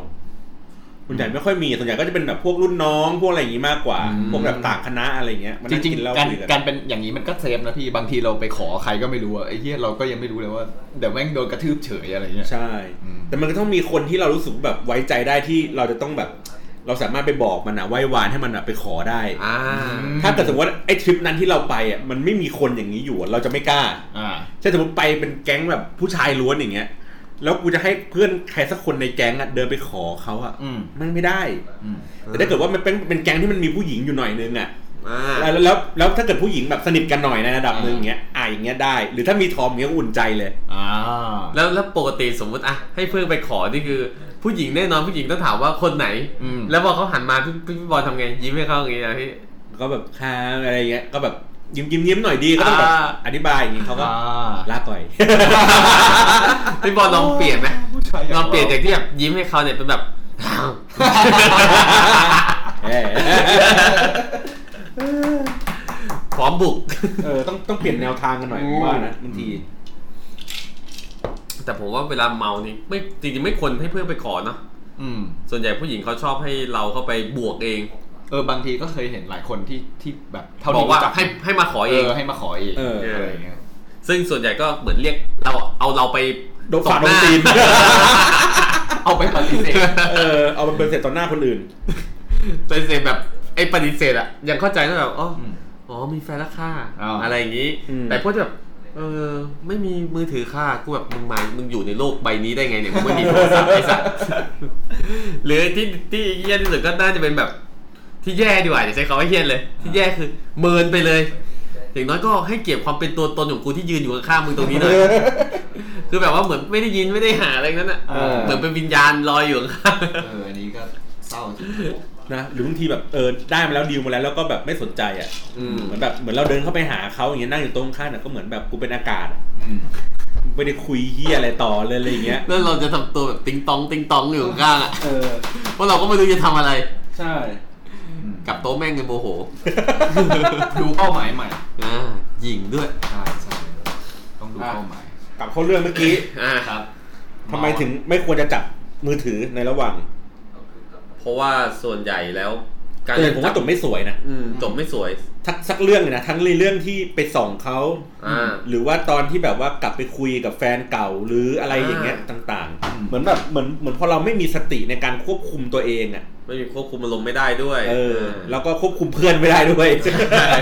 [SPEAKER 3] ส่วนใหญ่ไม่ค่อยมีส่วนใหญ่ก็จะเป็นแบบพวกรุ่นน้องพวกอะไรอย่างนี้มากกว่า
[SPEAKER 4] อืม
[SPEAKER 3] พวกแบบต่างคณะอะไรเงี้ยมัน
[SPEAKER 2] จ
[SPEAKER 3] นั่
[SPEAKER 2] ริง
[SPEAKER 3] กินเหล้า
[SPEAKER 2] ๆการ
[SPEAKER 3] คุยกัน
[SPEAKER 2] การเป็นอย่างนี้มันก็เซฟนะพี่บางทีเราไปขอใครก็ไม่รู้อะไอ้เหี้ยเราก็ยังไม่รู้เลยว่าเดี๋ยวแม่งโดนกระทืบเฉยอะไรเงี้ย
[SPEAKER 3] ใช่
[SPEAKER 2] อืม
[SPEAKER 3] แต่มันก็ต้องมีคนที่เรารู้สึกแบบไว้ใจได้ที่เราจะต้องแบบ เราสามารถไปบอกมันนะไหว้วานให้มันนะไปขอได้
[SPEAKER 4] อ่า
[SPEAKER 3] ถ้าเกิดสมมติว่าไอ้ทริปนั้นที่เราไปอ่ะมันไม่มีคนอย่างนี้อยู่อะเราจะไม่กล้า
[SPEAKER 2] อ่า
[SPEAKER 3] ใช่สมมติไปเป็นแก๊งแบบผู้ชายล้วนอย่างเงี้ย แล้วกูจะให้เพื่อนใครสักคนในแก๊งอ่ะเดินไปขอเขาอ่ะ
[SPEAKER 2] อืม
[SPEAKER 3] มันไม่ได้
[SPEAKER 2] อืม
[SPEAKER 3] แต่ถ้าเกิดว่ามันเป็นเป็นแก๊งที่มันมีผู้หญิงอยู่หน่อยนึงอ่ะ
[SPEAKER 4] อ่า
[SPEAKER 3] แล้วแล้วแล้วแล้วถ้าเกิดผู้หญิงแบบสนิทกันหน่อยในระดับหนึ่งอย่างเงี้ยอ่ะอย่างเงี้ยได้ หรือถ้ามีทอมเงี้ยก็อุ่นใจเลย
[SPEAKER 2] อ่า
[SPEAKER 4] แล้วแล้วปกติสมมุติอะให้เพื่อนไปขอนี่คือ ผู้หญิงแน่นอนผู้หญิงต้องถามว่าคนไหน
[SPEAKER 2] อืม
[SPEAKER 4] แล้วพอเขาหันมาพี่พี่พี่บอลทำไงยิ้มให้เขาอย่างงี้นะพี่
[SPEAKER 3] ก็แบบค้างอะไรเงี้ยก็แบบ ยิ้มยิ้มยิ้มหน่อยดีก็ต้องแบบ
[SPEAKER 4] อ่า
[SPEAKER 3] อธิบายอย่างนี้เขาก็ลา ก่อย
[SPEAKER 4] พี่บอลลองเปลี่ยนไหม
[SPEAKER 2] ผู้ชายอย่าง
[SPEAKER 4] ล
[SPEAKER 2] เรา
[SPEAKER 4] องเปลี่ยนจากที่แบบยิ้มให้เขาเนี่ยเป็นแบบ
[SPEAKER 3] เออ
[SPEAKER 4] พร้อมบุก
[SPEAKER 3] เออต้องต้องเปลี่ยนแนวทางกันหน่อยผมว่านะบางที
[SPEAKER 4] แต่ผมว่าเวลาเมานี่ไม่จริงๆไม่ควรให้เพื่อนไปขอเนาะ
[SPEAKER 2] อืม
[SPEAKER 4] ส่วนใหญ่ผู้หญิงเขาชอบให้เราเข้าไปบวกเอง
[SPEAKER 2] เออบางทีก็เคยเห็นหลายคนที่ที่แบบเท่า
[SPEAKER 4] บอ
[SPEAKER 2] ที่
[SPEAKER 4] กว่า
[SPEAKER 2] จับ
[SPEAKER 4] ให้ให้มาขอ
[SPEAKER 2] เอ
[SPEAKER 4] เอง
[SPEAKER 2] อให้มาขอเอง
[SPEAKER 3] เออ
[SPEAKER 2] อะไรอย่างเงี้ย
[SPEAKER 4] ซึ่งส่วนใหญ่ก็เหมือนเรียกเราเอาเรา ไป
[SPEAKER 3] โดนฝาด
[SPEAKER 4] ห
[SPEAKER 3] โดน
[SPEAKER 4] น้า
[SPEAKER 3] ตีน
[SPEAKER 2] เอาไปปฏิเสธ
[SPEAKER 3] เออเอาเป็นเสร็จต่อหน้าคนอื่น
[SPEAKER 4] ปฏิเสธแบบไอ้ปฏิเสธอะยังเข้าใจนะแบบอ๋ออ
[SPEAKER 2] อืม
[SPEAKER 4] อ๋อมีแฟนแล้วค่ะ
[SPEAKER 2] อ้าว
[SPEAKER 4] อะไรอย่างนี้
[SPEAKER 3] อืม
[SPEAKER 4] แต่พวกที่แบบเออไม่มีมือถือค่ะกูแบบมึงมามึงอยู่ในโลกใบนี้ได้ไงเนี่ยมึงไม่มีโทรศัพท์ไอ้สัสหรือที่ที่เหี้ยที่สุดก็น่าจะเป็นแบบ ที่แย่ดีกว่าอย่าใช้คำว่าเหี้ยเลย ที่แย่คือเมินไปเลยอย่างน้อยก็ให้เกียรติความเป็นตัวตนของกูที่ยืนอยู่ข้างๆมึงตรงนี้หน่อย คือแบบว่าเหมือนไม่ได้ยินไม่ได้หาอะไรนั้นอ่ะ
[SPEAKER 2] เออ
[SPEAKER 4] เหมือนเป็นวิญญาณลอยอยู่ข้าง
[SPEAKER 2] เอออันนี้ก็เศร้าจริง
[SPEAKER 3] นะหรือบางทีแบบเออได้มาแล้วดีลมาแล้วแล้วก็แบบไม่สนใจอ่ะ
[SPEAKER 4] ๆอืม
[SPEAKER 3] เหมือนแบบเหมือนเราเดินเข้าไปหาเขาอย่างเงี้ยนั่งอยู่ตรงข้างน่ะก็เหมือนแบบกูเป็นอากาศอะ
[SPEAKER 2] อืม
[SPEAKER 3] ไม่ได้คุยเฮียอะไรต่อเลยอะไรอย่างเงี้ย
[SPEAKER 4] แล้วเราจะทำตัวแบบติงตองติงตองอยู่ข้างๆอ่ะ
[SPEAKER 3] เออ
[SPEAKER 4] เพราะเราก็ไม่รู้จะทำอะไร
[SPEAKER 3] ใช่
[SPEAKER 2] อืม
[SPEAKER 4] กับโต๊ะแม่งเลยโมโห
[SPEAKER 2] ดูเป้าหมายใหม่
[SPEAKER 4] อ่าหญิงด้วย
[SPEAKER 2] ใช่ใช่ต้องดูเป้าหมาย
[SPEAKER 3] กลับเข้าเรื่องเมื่อกี้
[SPEAKER 4] อ่า
[SPEAKER 2] ครับ
[SPEAKER 3] ทำไมถึงไม่ควรจะจับมือถือในระหว่าง
[SPEAKER 4] เพราะว่าส่วนใหญ่แล้ว การ
[SPEAKER 3] เออผมว่าจบไม่สวยนะ
[SPEAKER 4] อืมจบไม่สวย
[SPEAKER 3] ทักสักเรื่องเลยนะทั้งในเรื่องที่ไปส่องเขา
[SPEAKER 4] อ่า
[SPEAKER 3] หรือว่าตอนที่แบบว่ากลับไปคุยกับแฟนเก่าหรืออะไรอย่างเงี้ย
[SPEAKER 4] อ่า
[SPEAKER 3] ต่างๆ เหมือนแบบเหมือนเหมือนพอเราไม่มีสติในการควบคุมตัวเองอ่ะ
[SPEAKER 4] ไม่มีควบคุมอารมณ์ไม่ได้ด้วย
[SPEAKER 3] เออ
[SPEAKER 4] า
[SPEAKER 3] แล้วก็ควบคุมเพื่อนไม่ได้ด้วย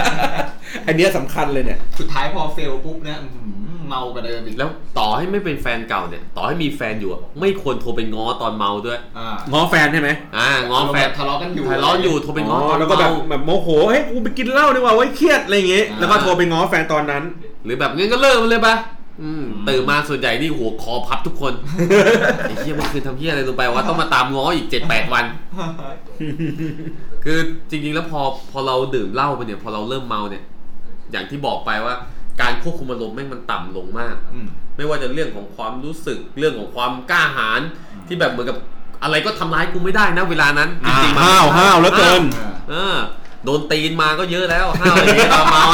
[SPEAKER 3] อันเนี้ยสำคัญเลยเนี่ย
[SPEAKER 2] สุดท้ายพอเฟลปุ๊บเนี่ยอื้อหือเมากว่าเดิมอีก
[SPEAKER 4] แล้วต่อให้ไม่เป็นแฟนเก่าเนี่ย ต่อให้มีแฟนอยู่อะไม่ควรโทรไปง้อตอนเมาด้วย
[SPEAKER 2] อ่า
[SPEAKER 3] ง้อแฟนใช่ไหม
[SPEAKER 4] อ่าง้อแฟน
[SPEAKER 2] ทะเลาะกันอยู่
[SPEAKER 4] ทะเลาะอยู่โทรไปง้อตอน
[SPEAKER 3] แล้วก็แบบ
[SPEAKER 4] เมา
[SPEAKER 3] แบบโมโห เฮ้ย กูไปกินเหล้าดีกว่าไว้ยเครียดอะไรอย่างเงี้ย
[SPEAKER 2] อ่า
[SPEAKER 3] แล้วก็โทรไปง้อแฟนตอนนั้น
[SPEAKER 4] หรือแบบงั้นก็เลิกมันเลยปะอืมตื่นมาส่วนใหญ่นี่หัวคอพับทุกคน ไอ้เหี้ยเมันคืนทำเหี้ยอะไรลงไปวะต้องมาตามง้ออีกเจ็ดแปดวัน คือจริงๆแล้วพอพอเราดื่มเหล้าไปเนี่ย พอเราเริ่มเมาเนี่ย อย่างที่บอกไปว่า การควบคุมอารมณ์แม่งมันต่ำลงมาก
[SPEAKER 2] อืม
[SPEAKER 4] ไม่ว่าจะเรื่องของความรู้สึกเรื่องของความกล้าหาญที่แบบเหมือนกับอะไรก็ทำร้ายกูไม่ได้นะเวลานั้นจริงๆมัน
[SPEAKER 3] อ้าว
[SPEAKER 4] ไม่ใช่
[SPEAKER 3] ห้าวเหลือเกิน
[SPEAKER 4] อ้าวเออโดนตีนมาก็เยอะแล้วห้าวอะไรอย่างเงี้ยตอนเมา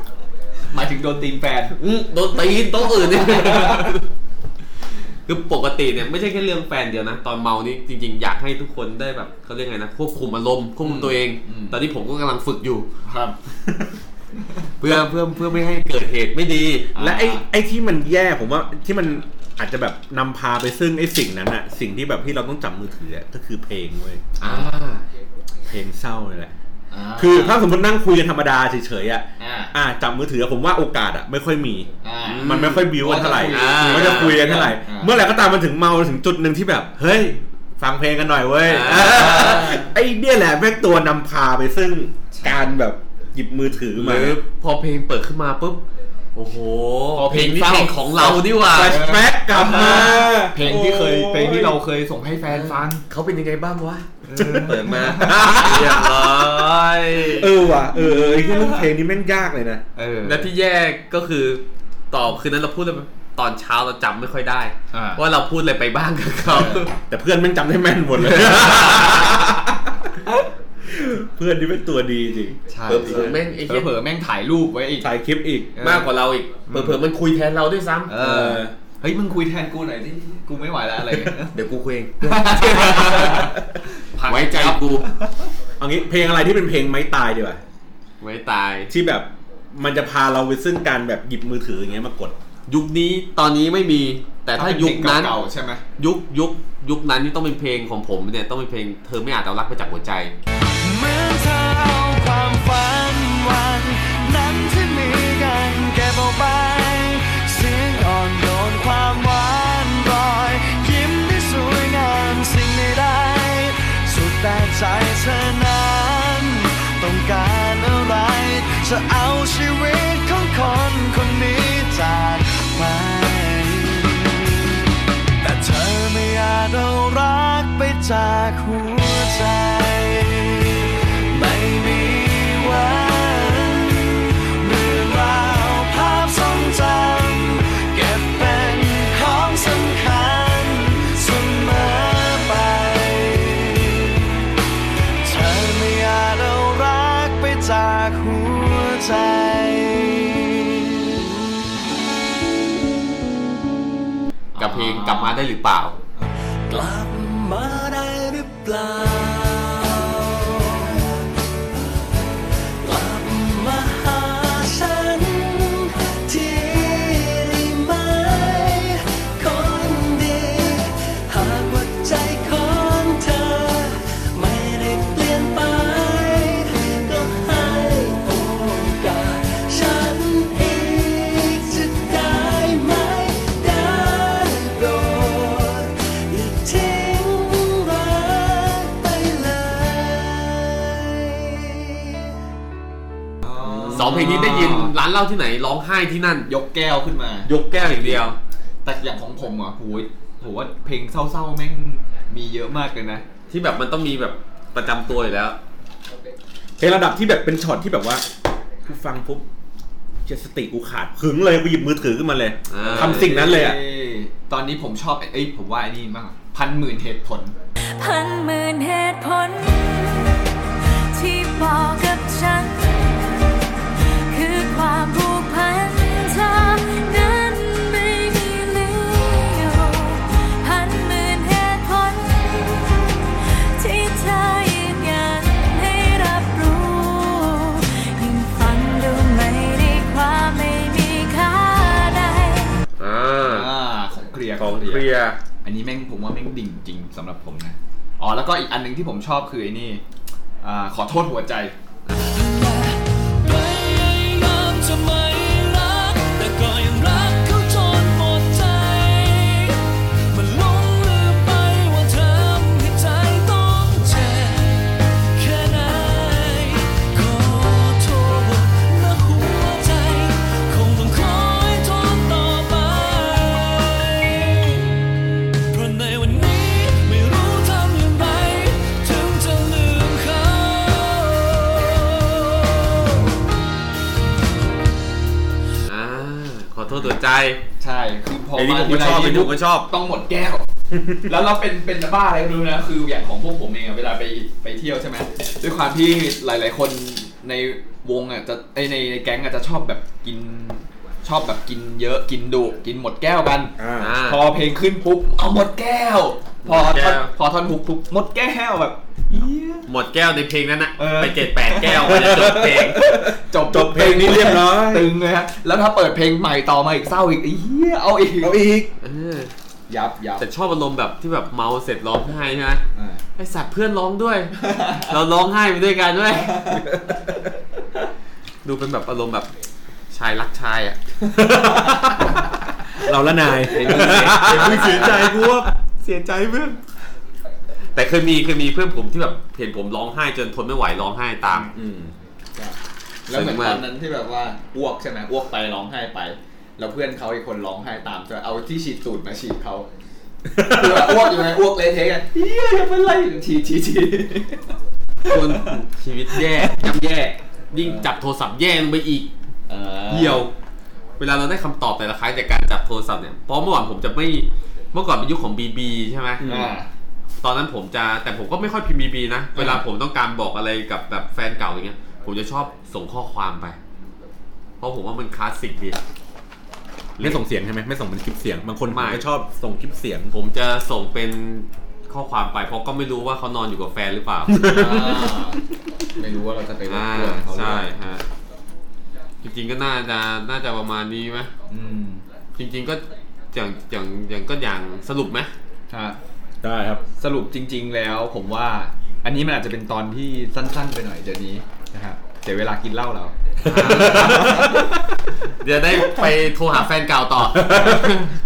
[SPEAKER 2] หมายถึงโดนตีมแฟน
[SPEAKER 4] อืมโดนตีนโต๊ะอื่นเนี่ย คือปกติเนี่ยไม่ใช่แค่เรื่องแฟนเดียวนะ ตอนเมานี่จริงๆ อยากให้ทุกคนได้แบบเขาเรียกไงนะควบคุมอารมณ์ควบคุมตัวเอง
[SPEAKER 2] อืม
[SPEAKER 4] ตอนนี้ผมก็กำลังฝึกอยู่
[SPEAKER 2] ครับ
[SPEAKER 4] เพื่อเพื่อเพื่อไม่ให้เกิดเหตุไม่ดี
[SPEAKER 2] อ่า
[SPEAKER 3] และไอ้ไอ้ที่มันแย่ผมว่าที่มันอาจจะแบบนำพาไปซึ่งไอ้สิ่งนั้นอะสิ่งที่แบบที่เราต้องจับมือถืออะก็คือเพลงเว้ย
[SPEAKER 4] อ่า
[SPEAKER 3] เพลงเศร้าเลยแหละ คือถ้าสมมตินั่งคุยกันธรรมดาเฉยๆอะ
[SPEAKER 2] อ่า
[SPEAKER 3] อ่ะจับมือถือผมว่าโอกาสอะไม่ค่อยมี
[SPEAKER 2] อ่า
[SPEAKER 4] ม
[SPEAKER 3] มันไม่ค่อยบิวกันเท่าไหร่
[SPEAKER 4] อ่า
[SPEAKER 3] มันจะคุยกันเท่าไหร่
[SPEAKER 2] อ่า
[SPEAKER 3] เมื่อไหร่ก็ตามมันถึงเมาถึงจุดหนึ่งที่แบบ เฮ้ย ฟังเพลงกันหน่อยเว้ย
[SPEAKER 4] อ่า
[SPEAKER 3] ไอ้เนี่ยแหละแม่งตัวนำพาไปซึ่งการแบบหยิบมือถือ
[SPEAKER 4] ห
[SPEAKER 3] มา
[SPEAKER 4] รือพอเพลงเปิดขึ้นมาปุ๊บ โอ้โห
[SPEAKER 2] พอเพลงนี้
[SPEAKER 4] เพลงของเรานี่หว่า
[SPEAKER 3] แฟลชแบ็กกลับมา
[SPEAKER 2] เพลงที่เคย
[SPEAKER 3] โอ้
[SPEAKER 2] เพลงที่เราเคยส่งให้แฟนฟัง
[SPEAKER 4] เขาเป็นยังไงบ้างวะเปิดมาเรียบร้อย
[SPEAKER 3] เออว่ะเออเออไอ้เรื่องเพลงนี้แม่งยากเลยนะ
[SPEAKER 2] เออ
[SPEAKER 4] และที่แย่ก็คือต่อคืนนั้นเราพูดอะไรตอนเช้าเราจำไม่ค่อยได้
[SPEAKER 2] อ่า
[SPEAKER 4] ว่าเราพูดอะไรไปบ้างกับเขา
[SPEAKER 3] แต่เพื่อนแม่งจำได้แม่นหมดเลย เพื่อนนี่เป็นตัวดีจริง
[SPEAKER 2] ใช่
[SPEAKER 4] เผลอๆแม่งไอ้เหี้ย
[SPEAKER 2] เผลอๆแม่งถ่ายรูปไว้อีก
[SPEAKER 3] ถ่ายคลิปอีก
[SPEAKER 2] เออ
[SPEAKER 4] มากกว่าเราอีกเผลอๆมันคุยแทนเราด้วยซ้
[SPEAKER 2] เออ เฮ้ยมึงคุยแทนกูหน่อยดิ กูไม่ไหวแล้วอะไรอย่างเงี้ย
[SPEAKER 4] ำเดี๋ยวกูคุยเอง
[SPEAKER 2] พัก
[SPEAKER 4] ไว้ใจกู
[SPEAKER 3] เอางี้เพลงอะไรที่เป็นเพลงไม้ตายดีกว่า
[SPEAKER 4] ไว้ตาย
[SPEAKER 3] ที่แบบมันจะพาเราไปซึ่งการแบบหยิบมือถืออย่างเงี้ยมากด
[SPEAKER 4] ยุคนี้ตอนนี้ไม่มี แต่ถ้ายุคนั้น
[SPEAKER 2] เก่าๆใช่ไหม
[SPEAKER 4] ยุคยุคยุคนั้นนี่ต้องเป็นเพลงของผมเนี่ยต้องเป็นเพลงเธอไม่อาจเอารักไปจากหัวใจ
[SPEAKER 5] เหมือนเธอเอาความฝันวัน นั้นที่มีกันเก็บเอาไปเสียงอ่อนโยนความหวานรอย ยิ้มที่สวยงามสิ่งใดๆสุดแต่ใจเธอนั้นต้องการอะไรจะเอาชีวิตของคนคนนี้จากไป แต่เธอไม่อาจเอารักไปจากหัวใจ ไม่มีวัน
[SPEAKER 4] เพลงกลับมาได้หรือเปล่า
[SPEAKER 5] กลับมาได้หรือเปล่า กลับมาหาฉันที่ได้ไหมคนดี หากว่าใจของเธอ ไม่ได้เปลี่ยนไป ก็ให้โอกาสฉันอีกจะได้ไหมได้โปรดอย่าทิ้งรักไปเลย
[SPEAKER 4] สองเพลงนี้ได้ยินร้านเหล้าที่ไหนร้องไห้ที่นั่น
[SPEAKER 2] ยกแก้วขึ้นมา
[SPEAKER 4] ยกแก้วอย่างเดียว
[SPEAKER 2] แต่อย่างของผมอ่ะโหยผมว่าเพลงเศร้าๆแม่งมีเยอะมากเลยนะ
[SPEAKER 4] ที่แบบมันต้องมีแบบประจำตัวอยู่แล้ว
[SPEAKER 3] เพลงระดับที่แบบเป็นช็อตที่แบบว่ากูฟังปุ๊บเจตสติกูขาดขึงเลยกูหยิบมือถือขึ้นมาเลย
[SPEAKER 4] อ่า
[SPEAKER 3] ทำสิ่งนั้นเลยอ่ะ
[SPEAKER 2] ตอนนี้ผมชอบเอ้ยผมว่าไอ้นี่มากกว่าพันหมื่นเหตุผล
[SPEAKER 6] พันหมื่นเหตุผล ที่บอกกับฉัน คือความผูกพันเธอนั้นไม่มีเหลืออยู่พันหมื่นเหตุผล ที่เธอยืนยันให้รับรู้ ยิ่งฟังดูไม่ได้ความไม่มีค่าใด
[SPEAKER 4] อ่า
[SPEAKER 2] อ่าของเคลียร์
[SPEAKER 3] ของเคลียร์
[SPEAKER 2] อันนี้แม่งผมว่าแม่งดิ่งจริงสำหรับผมนะ อ๋อแล้วก็อีกอันหนึ่งที่ผมชอบคือไอ้นี่อ่าขอโทษหัวใจ
[SPEAKER 5] พยายามจะไม่รัก แต่ก็ยังรักเขาจนหมดใจ มันหลงลืมไปว่าทำให้ใจต้องเจ็บแค่ไหนขอโทษนะหัวใจ คงต้องคอยทนต่อไป เพราะในวันนี้ไม่รู้ทำอย่างไรถึงจะลืมเขา
[SPEAKER 4] อ่าขอโทษตัวใจ
[SPEAKER 2] ใช่คือพอ
[SPEAKER 4] ไอ้นี่
[SPEAKER 2] มา
[SPEAKER 4] ผมก็ชอบ
[SPEAKER 2] ที
[SPEAKER 4] ไอ้นี่ผมก็ชอบ
[SPEAKER 2] ต้องหมดแก้ว แล้วเราเป็นเป็นบ้าอะไรก็ไม่รู้นะ คืออย่างของพวกผมเองอะเวลาไปไปเที่ยวใช่ไหมด้วยความที่หลาย ๆ คนในวงอะจะไอยในในแก๊งอะจะชอบแบบกินชอบแบบกินเยอะกินดุกินหมดแก้วกัน
[SPEAKER 3] อ่า
[SPEAKER 4] อ่า
[SPEAKER 2] พอเพลงขึ้นปุ๊บเอาหมดแก้ว พอ
[SPEAKER 4] หมดแก้
[SPEAKER 2] ท่อน
[SPEAKER 4] ว
[SPEAKER 2] พอท่อนฮุกปุ๊บหมดแก้วแบบเอี้ย
[SPEAKER 4] หมดแก้วในเพลงนั้นนะ
[SPEAKER 2] เออ
[SPEAKER 4] ไปเจ็ดแปดแก้วกว่าจะจบเพลง
[SPEAKER 2] จบ
[SPEAKER 3] จบเพลงนี้เรียบร้อย
[SPEAKER 2] ตึงเลยฮะแล้วถ้าเปิดเพลงใหม่ต่อมาอีกเศร้าอีกเอี้ยเอาอีก
[SPEAKER 3] เราอีก
[SPEAKER 4] เออ
[SPEAKER 2] ยับยับ
[SPEAKER 4] แต่ชอบอารมณ์แบบที่แบบเมาเสร็จร้องไห้ใช่ไหม
[SPEAKER 2] อ่า
[SPEAKER 4] ไอสัตว์เพื่อนร้องด้วย เราร้องไห้ไปด้วยกันด้วย ดูเป็นแบบอารมณ์แบบชายรักชายอ่ะ
[SPEAKER 3] เราละนาย
[SPEAKER 2] เดี๋ยวมึงเสี
[SPEAKER 3] เดี๋ยวมึงเสี
[SPEAKER 2] ย
[SPEAKER 3] ยใจกูว่า
[SPEAKER 4] เสียใจเพื่อน แต่เคยมีเคยมีเพื่อนผมที่แบบเห็นผมร้องไห้จนทนไม่ไหวร้องไห้ตาม
[SPEAKER 3] อืม
[SPEAKER 2] แล้วเหมือน
[SPEAKER 4] สนุก
[SPEAKER 2] ต
[SPEAKER 4] มาก
[SPEAKER 2] อนนั้นที่แบบว่าอ้วกใช่ไหมอ้วกไปร้องไห้ไป แล้วเพื่อนเขาอีกคนร้องไห้ตามจะเอาที่ฉีดตูดมาฉีดเขาคือแบบอ้วกอยู่ไงอ้วกเละเทะกันเอี้ยอย่าเป็นไรฉีดฉีดฉีด
[SPEAKER 4] คนชีวิตแย่ย่ำแย่ยิ่งจับโทรศัพท์แย่ลงไปอีก
[SPEAKER 2] เออ
[SPEAKER 4] เดียว เวลาเราได้คำตอบแต่ละครั้งจากการจับโทรศัพท์เนี่ย เพราะเมื่อก่อนผมจะไม่ เมื่อก่อนเป็นยุคของ BB ใช่ไหม
[SPEAKER 2] อ่า
[SPEAKER 4] ตอนนั้นผมจะ แต่ผมก็ไม่ค่อยพิมพ์ BB นะ เวลาผมต้องการบอกอะไรกับแบบแฟนเก่าอย่างเงี้ย ผมจะชอบส่งข้อความไป เพราะผมว่ามันคลาสสิกดี
[SPEAKER 3] ไม่ส่งเสียงใช่ไหมไม่ส่งเป็นคลิปเสียง บางคน
[SPEAKER 4] ไม่
[SPEAKER 3] ก็ชอบส่งคลิปเสียง
[SPEAKER 4] ผมจะส่งเป็นข้อความไป เพราะก็ไม่รู้ว่าเขานอนอยู่กับแฟนหรือเปล่า
[SPEAKER 2] อ่าไม่รู้ว่าเราจะไปรบ
[SPEAKER 4] อ่าก
[SPEAKER 2] วนเขาหรือเป
[SPEAKER 4] ใ
[SPEAKER 2] ล่า
[SPEAKER 4] ช่ฮะ จริงๆก็น่าจะน่าจะประมาณนี้ไหม
[SPEAKER 2] อืม
[SPEAKER 4] จริง ๆก็อย่างอย่างอย่างก็อย่างสรุปไหม
[SPEAKER 2] ฮะ
[SPEAKER 3] ได้ครับ
[SPEAKER 2] สรุปจริง ๆ แล้วผมว่า อันนี้มันอาจจะเป็นตอนที่สั้น ๆ ไปหน่อยเดี๋ยวนี้นะครับเสียเวลากินเหล้าแล้ว
[SPEAKER 4] เดี๋ยวได้ไปโทรหาแฟนเก่าต่อ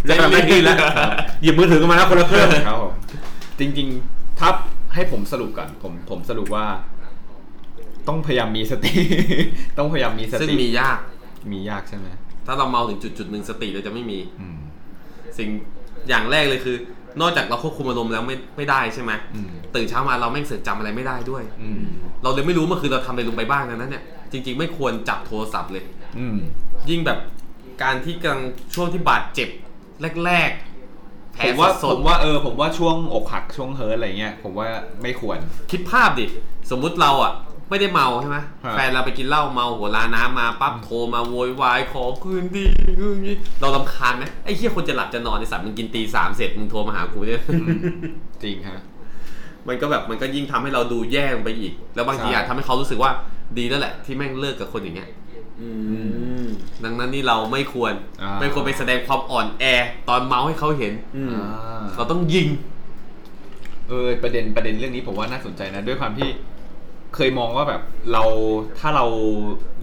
[SPEAKER 3] จะแบบไม่กินแล้วหยิบมือถือกันมาแล้วคนละเครื่อง
[SPEAKER 2] ครับผมจริงๆถ้าให้ผมสรุปก่อนผมผมสรุปว่า ต้องพยายามมีสติ ต้องพยายามมีส
[SPEAKER 4] ซึ่ง
[SPEAKER 2] ติ
[SPEAKER 4] มียาก
[SPEAKER 2] มียากใช่ไหม
[SPEAKER 4] ถ้าเราเมาถึงจุดจุดๆหนึ่งสติเราจะไม่มี
[SPEAKER 2] อืม
[SPEAKER 4] สิ่งอย่างแรกเลยคือ นอกจากเราควบคุมอารมณ์แล้วไม่ไม่ได้ใช่ไหม
[SPEAKER 2] อืม
[SPEAKER 4] ตื่นเช้ามาเราแม่งเสือกจำอะไรไม่ได้ด้วย
[SPEAKER 2] อืม
[SPEAKER 4] เราเลยไม่รู้เมื่อคืนเราทำอะไรลงไปบ้างนะนั้นเนี่ยจริง ๆ ไม่ควรจับโทรศัพท์เลย
[SPEAKER 2] อืม
[SPEAKER 4] ยิ่งแบบการที่กำลังช่วงที่บาดเจ็บแรกๆแผล
[SPEAKER 2] ผมว่า
[SPEAKER 4] ส
[SPEAKER 2] ผ
[SPEAKER 4] ด
[SPEAKER 2] มว่าเออ ผมว่าช่วงอกหักช่วงเฮิร์ตอะไรเงี้ย ผมว่าไม่ควร
[SPEAKER 4] ๆคิดภาพดิ สมมุติเราอ่ะ ไม่ได้เมาใช่ไหม
[SPEAKER 3] ครับ
[SPEAKER 4] แฟนเราไปกินเหล้าเมาหัวลาน้ำมาปั๊บโทรมาโวยวายขอคืนดีนู่นนี่เราลำคาญไหมไอ้เหี้ยคนจะหลับจะนอนในสัตว์มึงกินตีสามเสร็จมึงโทรมาหากูเนี่ย
[SPEAKER 2] จริงฮะ
[SPEAKER 4] มันก็แบบมันก็ยิ่งทำให้เราดูแย่ลงไปอีก แล้วบางที
[SPEAKER 2] ใช่
[SPEAKER 4] อาจทำให้เขารู้สึกว่าดีแล้วแหละ ที่แม่งเลิกกับคนอย่างเงี้ย
[SPEAKER 3] อืม
[SPEAKER 4] ดังนั้นนี่เราไม่ควร
[SPEAKER 2] อ่า
[SPEAKER 4] ไม่ควรไปแสดงความอ่อนแอ ตอนเมาให้เขาเห็น
[SPEAKER 3] อืม
[SPEAKER 4] เราต้องยิง
[SPEAKER 2] เออประเด็นประเด็นเรื่องนี้ผมว่าน่าสนใจนะด้วยความที่เคยมองว่าแบบเราถ้าเรา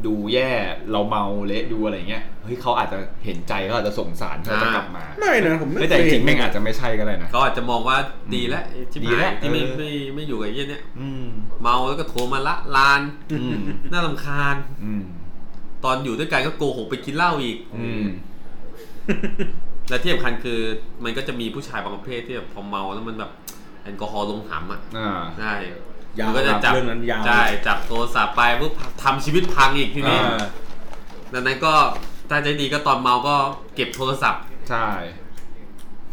[SPEAKER 2] ดูแย่เราเมาเละดูอะไรเงี้ยเฮ้ยเขาอาจจะเห็นใจเขาอาจจะสงสารเขาจะกลับมา
[SPEAKER 3] ไม่นะผม
[SPEAKER 2] ไม่
[SPEAKER 3] ไม่
[SPEAKER 2] แต่จริ
[SPEAKER 3] เคย
[SPEAKER 2] งๆแม่
[SPEAKER 3] เห็น
[SPEAKER 2] งอาจจะไม่ใช่ก็ได้นะ
[SPEAKER 4] เขาอาจจะมองว่าดีแล้วที่
[SPEAKER 2] ดีแล้ว
[SPEAKER 4] ที่ไม่
[SPEAKER 2] เออ
[SPEAKER 4] ไม่ไม่อยู่กับไอ้เยี่ยเนี้ย
[SPEAKER 2] อืม
[SPEAKER 4] เมาแล้วก็โทรมาละลาน
[SPEAKER 2] อืม
[SPEAKER 4] น่าลำคาญ
[SPEAKER 2] อืม
[SPEAKER 4] ตอนอยู่ด้วยกันก็โกหกไปกินเหล้าอีก
[SPEAKER 2] อืม
[SPEAKER 4] และที่สำคัญคือมันก็จะมีผู้ชายบางประเภทที่แบบพอเมาแล้วมันแบบแอลกอฮอล์ลงหำอ่ะ
[SPEAKER 2] อ่า
[SPEAKER 4] ใช่
[SPEAKER 3] ยาว
[SPEAKER 4] มันก็จะจับ
[SPEAKER 3] เรื่องนั้นยาว
[SPEAKER 4] ใช่จับโทรศัพท์ไปปุ๊บทำชีวิตพังอีกทีนี้
[SPEAKER 2] อ่า
[SPEAKER 4] ดังนั้นก็ถ้าใจดีก็ตอนเมาก็เก็บโทรศัพท์
[SPEAKER 2] ใช่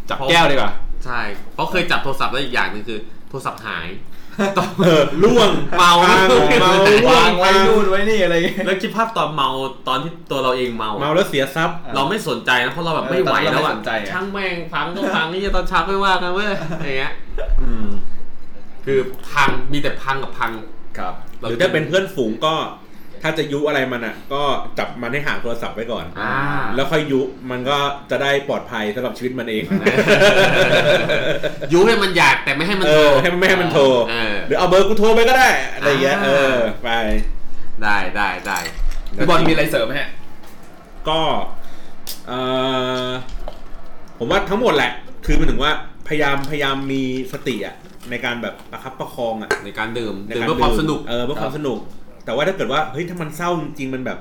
[SPEAKER 2] จับแก้วดีกว่า
[SPEAKER 4] ใช่เพราะเคยจับโทรศัพท์แล้วอีกอย่างหนึ่งคือ โทรศัพท์ หาย
[SPEAKER 3] เออล่วง
[SPEAKER 4] เมา
[SPEAKER 3] เมาเมาล่ว
[SPEAKER 2] วาง งไว้นู่นไว้นี่อะไรเงี้ย
[SPEAKER 4] แล้วคิดภาพตอนเมาตอนที่ตัวเราเองเมา
[SPEAKER 3] เมาแล้วเสียทรัพย์
[SPEAKER 4] เราไม่สนใจนะเพราะเราแบบ
[SPEAKER 2] เออ
[SPEAKER 4] ไม่ไหวแล้ว
[SPEAKER 2] เราไม่
[SPEAKER 4] อ่ะ
[SPEAKER 2] สนใจอะ
[SPEAKER 4] ช่างแม่งฟังก็ฟังนี่ตอนเช้าไม่ว่ากันเว้ยอย่างเงี้ยคือพังมีแต่พังกับพัง
[SPEAKER 2] ครับ
[SPEAKER 4] ร
[SPEAKER 3] หรือถ้าเป็นเพื่อนฝูงก็ถ้าจะยุอะไรมันอ่ะ ก็จับมันให้ห่างโทรศัพท์ไว้ก่อน
[SPEAKER 4] อ่า
[SPEAKER 3] แล้วค่อยยุมันก็จะได้ปลอดภัยสำหรับชีวิตมันเอง
[SPEAKER 4] ยุให้มันอยากแต่ไม่ให้มัน
[SPEAKER 3] เอ
[SPEAKER 4] โต
[SPEAKER 3] อให้มันไม่ให้มันโทร
[SPEAKER 4] เออ
[SPEAKER 3] หรือเอาเบอร์กูโทรไปก็ได้ อะไรอย่างเงี้ย
[SPEAKER 4] อ่า
[SPEAKER 3] เออไป
[SPEAKER 4] ได้ได้ได้
[SPEAKER 2] พี่บอลมีอะไรเสริมไหมฮะ
[SPEAKER 3] ก็เออผมว่าทั้งหมดแหละ คือหมันถึงว่าพยายามพยายามมีสติอ่ะในการแบบประคับประคองอ่ะ
[SPEAKER 4] ในการดื่ม
[SPEAKER 3] ใน
[SPEAKER 4] ดื่ม
[SPEAKER 3] กร
[SPEAKER 4] เพื่อความสนุก
[SPEAKER 3] เออเพื่อความสนุก แต่ว่าถ้าเกิดว่าเฮ้ยถ้ามันเศร้าจริงๆมันแบบ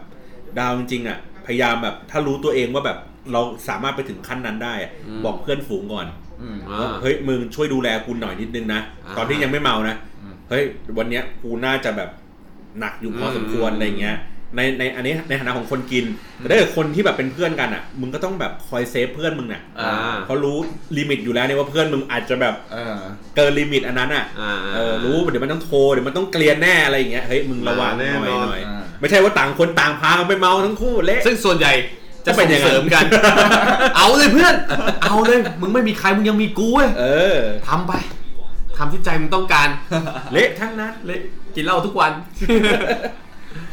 [SPEAKER 3] ดาวจริงๆอ่ะ พยายามแบบถ้ารู้ตัวเองว่าแบบเราสามารถไปถึงขั้นนั้นได้อะ
[SPEAKER 4] อืม
[SPEAKER 3] บอกเพื่อนฝูงก่อน
[SPEAKER 2] อืม
[SPEAKER 4] อ่า
[SPEAKER 3] ว่าเฮ้ยมึงช่วยดูแลกูหน่อยนิดนึงนะ
[SPEAKER 4] อ่า
[SPEAKER 3] ตอนที่ยังไม่เมานะ
[SPEAKER 2] อืม
[SPEAKER 3] เฮ้ยวันเนี้ยกูน่าจะแบบหนักอยู่พอสมควร
[SPEAKER 4] อืม
[SPEAKER 3] อะไรเงี้ยในในอันนี้ในฐานะของคนกินแต่ถ้าเกิดคนที่แบบเป็นเพื่อนกันอ่ะ มึงก็ต้องแบบคอยเซฟเพื่อนมึงน่ะ
[SPEAKER 4] อ่า
[SPEAKER 3] เพราะรู้ลิมิตอยู่แล้วเนี่ยว่าเพื่อนมึงอาจจะแบบ
[SPEAKER 2] เออ
[SPEAKER 3] เกินลิมิตอันนั้นอ่ะ
[SPEAKER 4] อ่า
[SPEAKER 3] เออรู้เดี๋ยวมันต้องโทรเดี๋ยวมันต้องเกลียนแน่อะไรอย่างเงี้ยเฮ้ยมึงระวังหน่อย
[SPEAKER 4] แน่นอน
[SPEAKER 3] หน่อย
[SPEAKER 2] อ่า
[SPEAKER 3] ไม่ใช่ว่าต่างคนต่างพากันไปเมาทั้งคู่เละ
[SPEAKER 4] ซึ่งส่วนใหญ่จะ
[SPEAKER 3] จะเป็
[SPEAKER 4] ส่
[SPEAKER 3] น
[SPEAKER 4] ง
[SPEAKER 3] อย่างนั้น
[SPEAKER 4] เสริมกัน เอาเลยเพื่อน เอาเลย มึงไม่มีใครมึงยังมีกูเว้ย
[SPEAKER 3] เออ
[SPEAKER 4] ทำไปทำที่ใจมึงต้องการ
[SPEAKER 3] เละทั้งนั้น
[SPEAKER 4] เลยกินเหล้าทุกวัน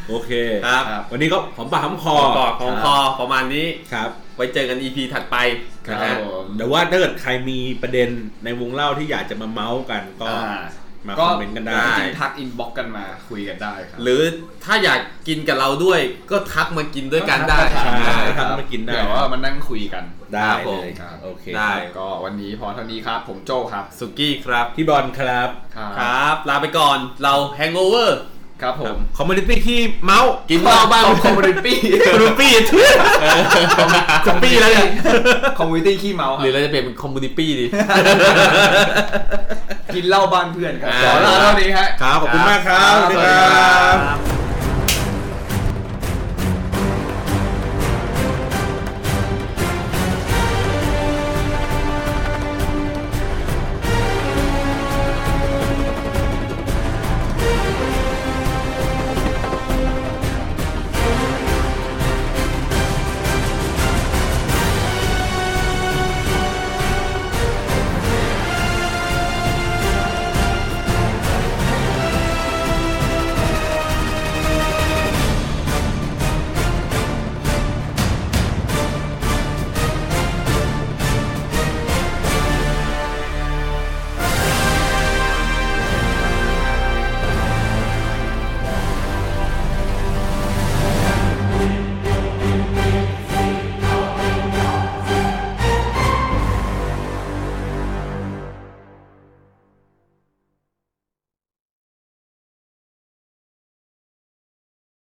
[SPEAKER 3] โอเค
[SPEAKER 4] ครับ
[SPEAKER 2] ครับ
[SPEAKER 3] วันนี้ก็หอมปากหอมคอ
[SPEAKER 4] ต่อของคอประมาณนี้
[SPEAKER 3] ครับ
[SPEAKER 4] ไว้เจอกัน EP ถัดไป
[SPEAKER 2] ครับ
[SPEAKER 4] นะฮะ
[SPEAKER 2] ผม
[SPEAKER 3] แต่ว่าถ้าเกิดใครมีประเด็นในวงเล่าที่อยากจะมาเมาส์กันก็
[SPEAKER 2] อ่า
[SPEAKER 3] มาค
[SPEAKER 2] ก็
[SPEAKER 3] อมเมนต์กันได้
[SPEAKER 2] จริงๆทักอินบ็อกกันมาคุยกันได้ครับ
[SPEAKER 4] หรือถ้าอยากกินกับเราด้วยก็ทักมากินด้วยกันได้
[SPEAKER 2] ใช่
[SPEAKER 3] ได้
[SPEAKER 2] ค
[SPEAKER 3] ครั
[SPEAKER 2] รับบ
[SPEAKER 3] มากินได้
[SPEAKER 2] เดี๋ยวว่ามันนั่งคุยกัน
[SPEAKER 4] ค
[SPEAKER 3] ได้
[SPEAKER 4] รับผ
[SPEAKER 3] เล
[SPEAKER 4] ม
[SPEAKER 3] ยครับโอเค
[SPEAKER 4] ได้
[SPEAKER 2] ก็วันนี้พอเท่านี้ครับ ผมโจครับ
[SPEAKER 4] สุกี้ครับ
[SPEAKER 3] พี่บอลครับ
[SPEAKER 2] ครั
[SPEAKER 4] ครับ ลาไปก่อนเรา Hangover
[SPEAKER 2] ครับผม
[SPEAKER 3] คอมมูนิตี้ที่เมาส์
[SPEAKER 4] กินเหล้าบ้าง
[SPEAKER 2] คอมมูนิตี้
[SPEAKER 4] คอมมูนิตี้ที่
[SPEAKER 2] จะปีแล้วเนี่ยคอมมูนิตี้ขี้เมาค
[SPEAKER 4] หรือ
[SPEAKER 2] รับ
[SPEAKER 4] เราจะเปลี่ยนเป็นคอมมูนิตี้ดี
[SPEAKER 2] กินเหล้าบ้านเพื่อนครับ
[SPEAKER 4] อ่า
[SPEAKER 2] ขอลาเท่านี้ฮะ
[SPEAKER 3] ครับขอบคุณมากครับ
[SPEAKER 2] ครับสวัสดีครับ